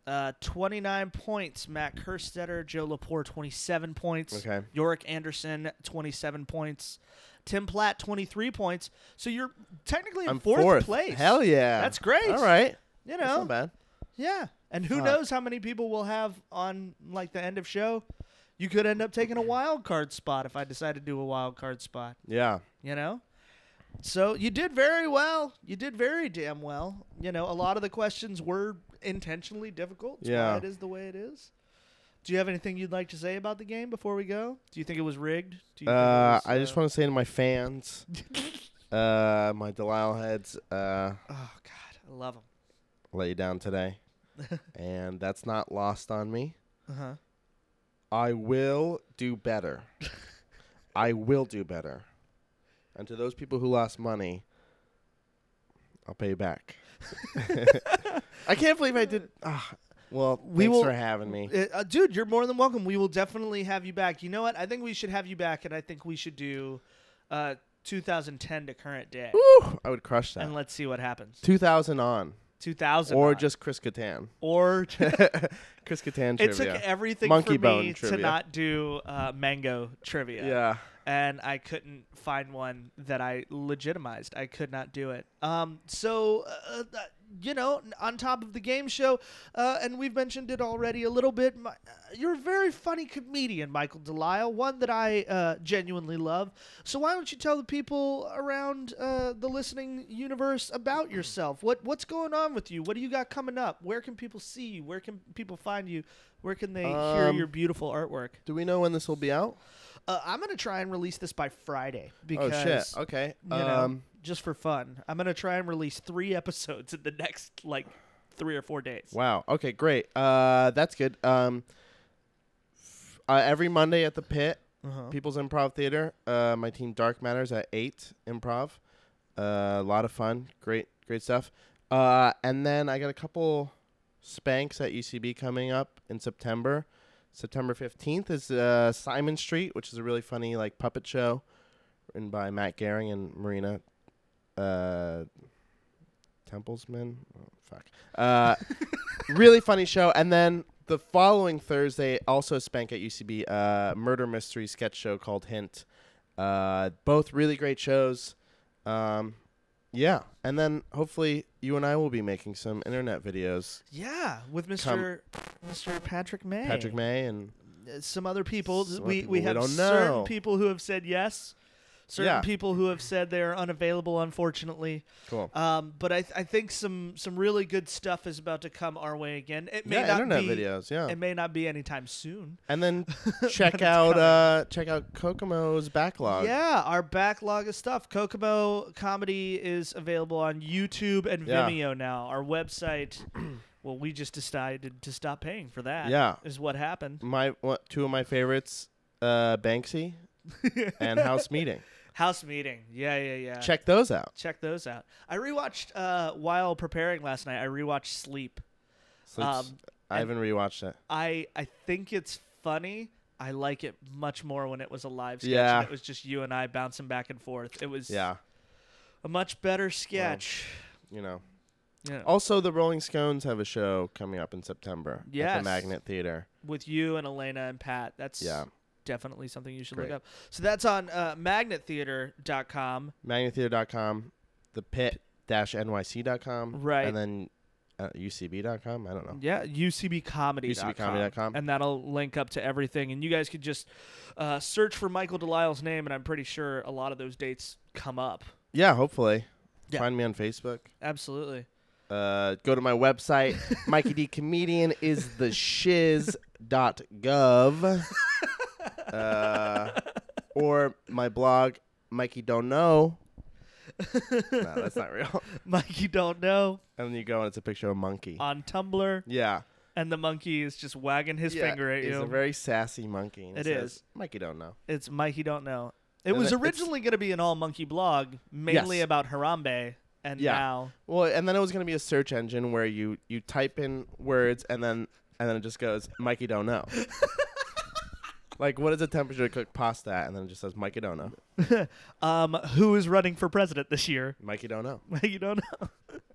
S1: Uh, 29 points. Matt Kerstetter, Joe Laporte, 27 points.
S2: Okay.
S1: Yorick Anderson, 27 points. Tim Platt, 23 points. So you're technically in
S2: I'm
S1: fourth,
S2: fourth,
S1: place.
S2: Hell yeah.
S1: That's great.
S2: All right.
S1: You
S2: That's
S1: know,
S2: not bad.
S1: Yeah. And who
S2: Fuck.
S1: knows how many people we'll have on like the end of show. You could end up taking a wild card spot if I decide to do a wild card spot,
S2: Yeah.
S1: you know? So you did very well. You did very damn well. You know, a lot of the questions were intentionally difficult. It's why
S2: Yeah.
S1: It is the way it is. Do you have anything you'd like to say about the game before we go? Do you think it was rigged? Do you think it
S2: Uh,
S1: was,
S2: I just want to say to my fans, uh, my Delisle heads, uh,
S1: Oh, God. I love them.
S2: lay down today, and that's not lost on me.
S1: Uh-huh.
S2: I will do better. I will do better. And to those people who lost money, I'll pay you back. I can't believe I did. ah, well,
S1: We
S2: thanks
S1: will-
S2: for having me.
S1: Uh, uh, dude, you're more than welcome. We will definitely have you back. You know what? I think we should have you back, and I think we should do uh, 2010 to current day,
S2: Woo! I would crush that.
S1: and let's see what happens.
S2: 2000 on.
S1: 2000,
S2: Or
S1: on.
S2: just Chris Catan.
S1: or
S2: Chris Catan
S1: it
S2: trivia.
S1: took everything
S2: Monkey
S1: for
S2: bone
S1: me
S2: trivia.
S1: to not do uh, mango trivia,
S2: yeah.
S1: and I couldn't find one that I legitimized. I could not do it. Um, so uh, uh, you know, on top of the game show, uh, and we've mentioned it already a little bit. My, uh, you're a very funny comedian, Michael Delisle, one that I uh, genuinely love. So why don't you tell the people around uh, the listening universe about yourself? What what's going on with you? What do you got coming up? Where can people see you? Where can people find you? Where can they hear
S2: Um,
S1: your beautiful artwork?
S2: Do we know when this will be out?
S1: Uh, I'm gonna try and release this by Friday
S2: Oh
S1: because
S2: shit. Okay.
S1: you know,
S2: Um,
S1: just for fun. I'm gonna try and release three episodes in the next like three or four days.
S2: wow. Okay. Great. Uh, that's good. Um, f- uh, every Monday at the Pit,
S1: Uh-huh.
S2: People's Improv Theater. Uh, my team Dark Matters at eight improv. Uh, a lot of fun. Great, great stuff. Uh, and then I got a couple spanks at UCB coming up in September. September fifteenth is uh, Simon Street, which is a really funny like puppet show, written by Matt Gehring and Marina uh, Templesman. Oh, fuck. Uh, really funny show. And then the following Thursday, also Spank at UCB, uh, murder mystery sketch show called Hint. Uh, both really great shows. Um, yeah. And then hopefully you and I will be making some internet videos.
S1: Yeah, with
S2: Come-
S1: Mr. Mr. Patrick May.
S2: Patrick May and
S1: Uh, Some other people.
S2: Some other
S1: we
S2: people
S1: we
S2: we
S1: have
S2: don't
S1: certain
S2: know.
S1: people who have said yes. Certain
S2: Yeah.
S1: people who have said they are unavailable, unfortunately.
S2: cool.
S1: Um, but I, th- I think some some really good stuff is about to come our way again. It may
S2: yeah,
S1: not
S2: internet
S1: be
S2: videos. Yeah.
S1: it may not be anytime soon.
S2: and then
S1: it's
S2: check out
S1: coming.
S2: uh, check out Kokomo's backlog.
S1: Yeah, our backlog of stuff. Kokomo comedy is available on YouTube and
S2: Yeah.
S1: Vimeo now. Our website. Well, we just decided to stop paying for that.
S2: Yeah.
S1: is what happened.
S2: My one, two of my favorites, uh, Banksy and House Meeting.
S1: House meeting. Yeah, yeah, yeah.
S2: Check those out.
S1: Check those out. I rewatched uh, while preparing last night. I rewatched Sleep.
S2: Sleeps-
S1: Um,
S2: I haven't rewatched it.
S1: I I think it's funny. I like it much more when it was a live sketch.
S2: Yeah.
S1: And it was just you and I bouncing back and forth. It was
S2: Yeah,
S1: a much better sketch.
S2: you know.
S1: Yeah.
S2: Also, the Rolling Stones have a show coming up in September at
S1: Yes.
S2: the Magnet Theater.
S1: with you and Elena and Pat. That's
S2: Yeah.
S1: definitely something you should
S2: Great.
S1: look up. So that's on uh, magnettheater.com.
S2: Magnettheater.com, the pit nyc.com,
S1: Right.
S2: And then uh, ucb.com. I don't know.
S1: Yeah, UCBcomedy.com.
S2: UCBcomedy.com.
S1: And that'll link up to everything. And you guys could just uh, search for Michael Delisle's name, and I'm pretty sure a lot of those dates come up.
S2: Yeah, hopefully.
S1: Yeah.
S2: Find me on Facebook.
S1: Absolutely.
S2: Uh, go to my website. Mikey D Comedian is the shiz.gov. Uh, or my blog, Mikey Don't Know. no, that's not real.
S1: Mike, you don't know,
S2: And then you go and it's a picture of a monkey.
S1: on Tumblr,
S2: yeah.
S1: and the monkey is just wagging his
S2: Yeah,
S1: finger at
S2: he's
S1: you.
S2: a very sassy monkey. and he
S1: It
S2: says,
S1: is.
S2: Mikey don't know.
S1: it's Mike, you don't know. It
S2: And
S1: was
S2: then it's-
S1: originally going to be an all monkey blog, mainly
S2: Yes.
S1: about Harambe, and
S2: Yeah.
S1: now
S2: Well, and then it was gonna be a search engine where you you type in words and then and then it just goes Mikey don't know. like what is the temperature to cook pasta at? And then it just says Mikey don't know.
S1: um, who is running for president this year?
S2: Mikey don't know.
S1: you don't know.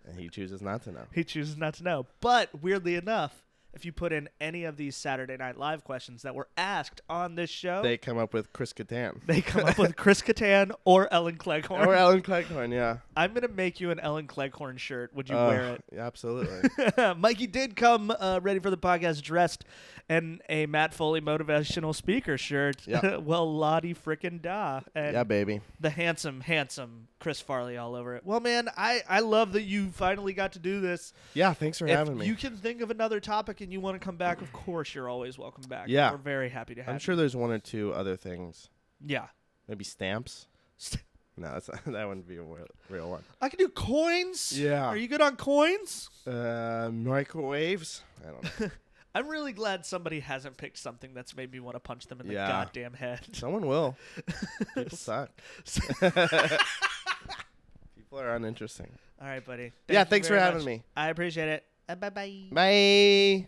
S2: And he chooses not to know.
S1: He chooses not to know. But weirdly enough, if you put in any of these Saturday Night Live questions that were asked on this show, they,
S2: They come up with Chris Kattan.
S1: come up with Chris Kattan or Ellen Cleghorn.
S2: or Alan Cleghorn, yeah.
S1: I'm gonna make you an Ellen Cleghorn shirt. Would you
S2: Uh,
S1: wear it?
S2: yeah, Absolutely.
S1: Mikey did come uh, ready for the podcast dressed in a Matt Foley motivational speaker shirt.
S2: Yeah.
S1: well, Lottie frickin' da. And
S2: yeah, baby.
S1: the handsome, handsome Chris Farley all over it. Well, man, I, I love that you finally got to do this.
S2: Yeah, thanks for
S1: if
S2: having me.
S1: you can think of another topic and you want to come back, of course you're always welcome back.
S2: Yeah.
S1: we're very happy to have.
S2: I'm sure there's one or two other things.
S1: You. Yeah,
S2: Maybe stamps.
S1: St-
S2: No, that's not, that wouldn't be a real, real one.
S1: I can do coins.
S2: Yeah.
S1: are you good on coins?
S2: Uh, microwaves. I don't know.
S1: I'm really glad somebody hasn't picked something that's made me want to punch them in
S2: Yeah.
S1: the goddamn head.
S2: Someone will. People suck. People are uninteresting.
S1: All right, buddy.
S2: yeah,
S1: Thank you
S2: thanks for
S1: very
S2: having
S1: much.
S2: me.
S1: I appreciate it. bye bye.
S2: Bye.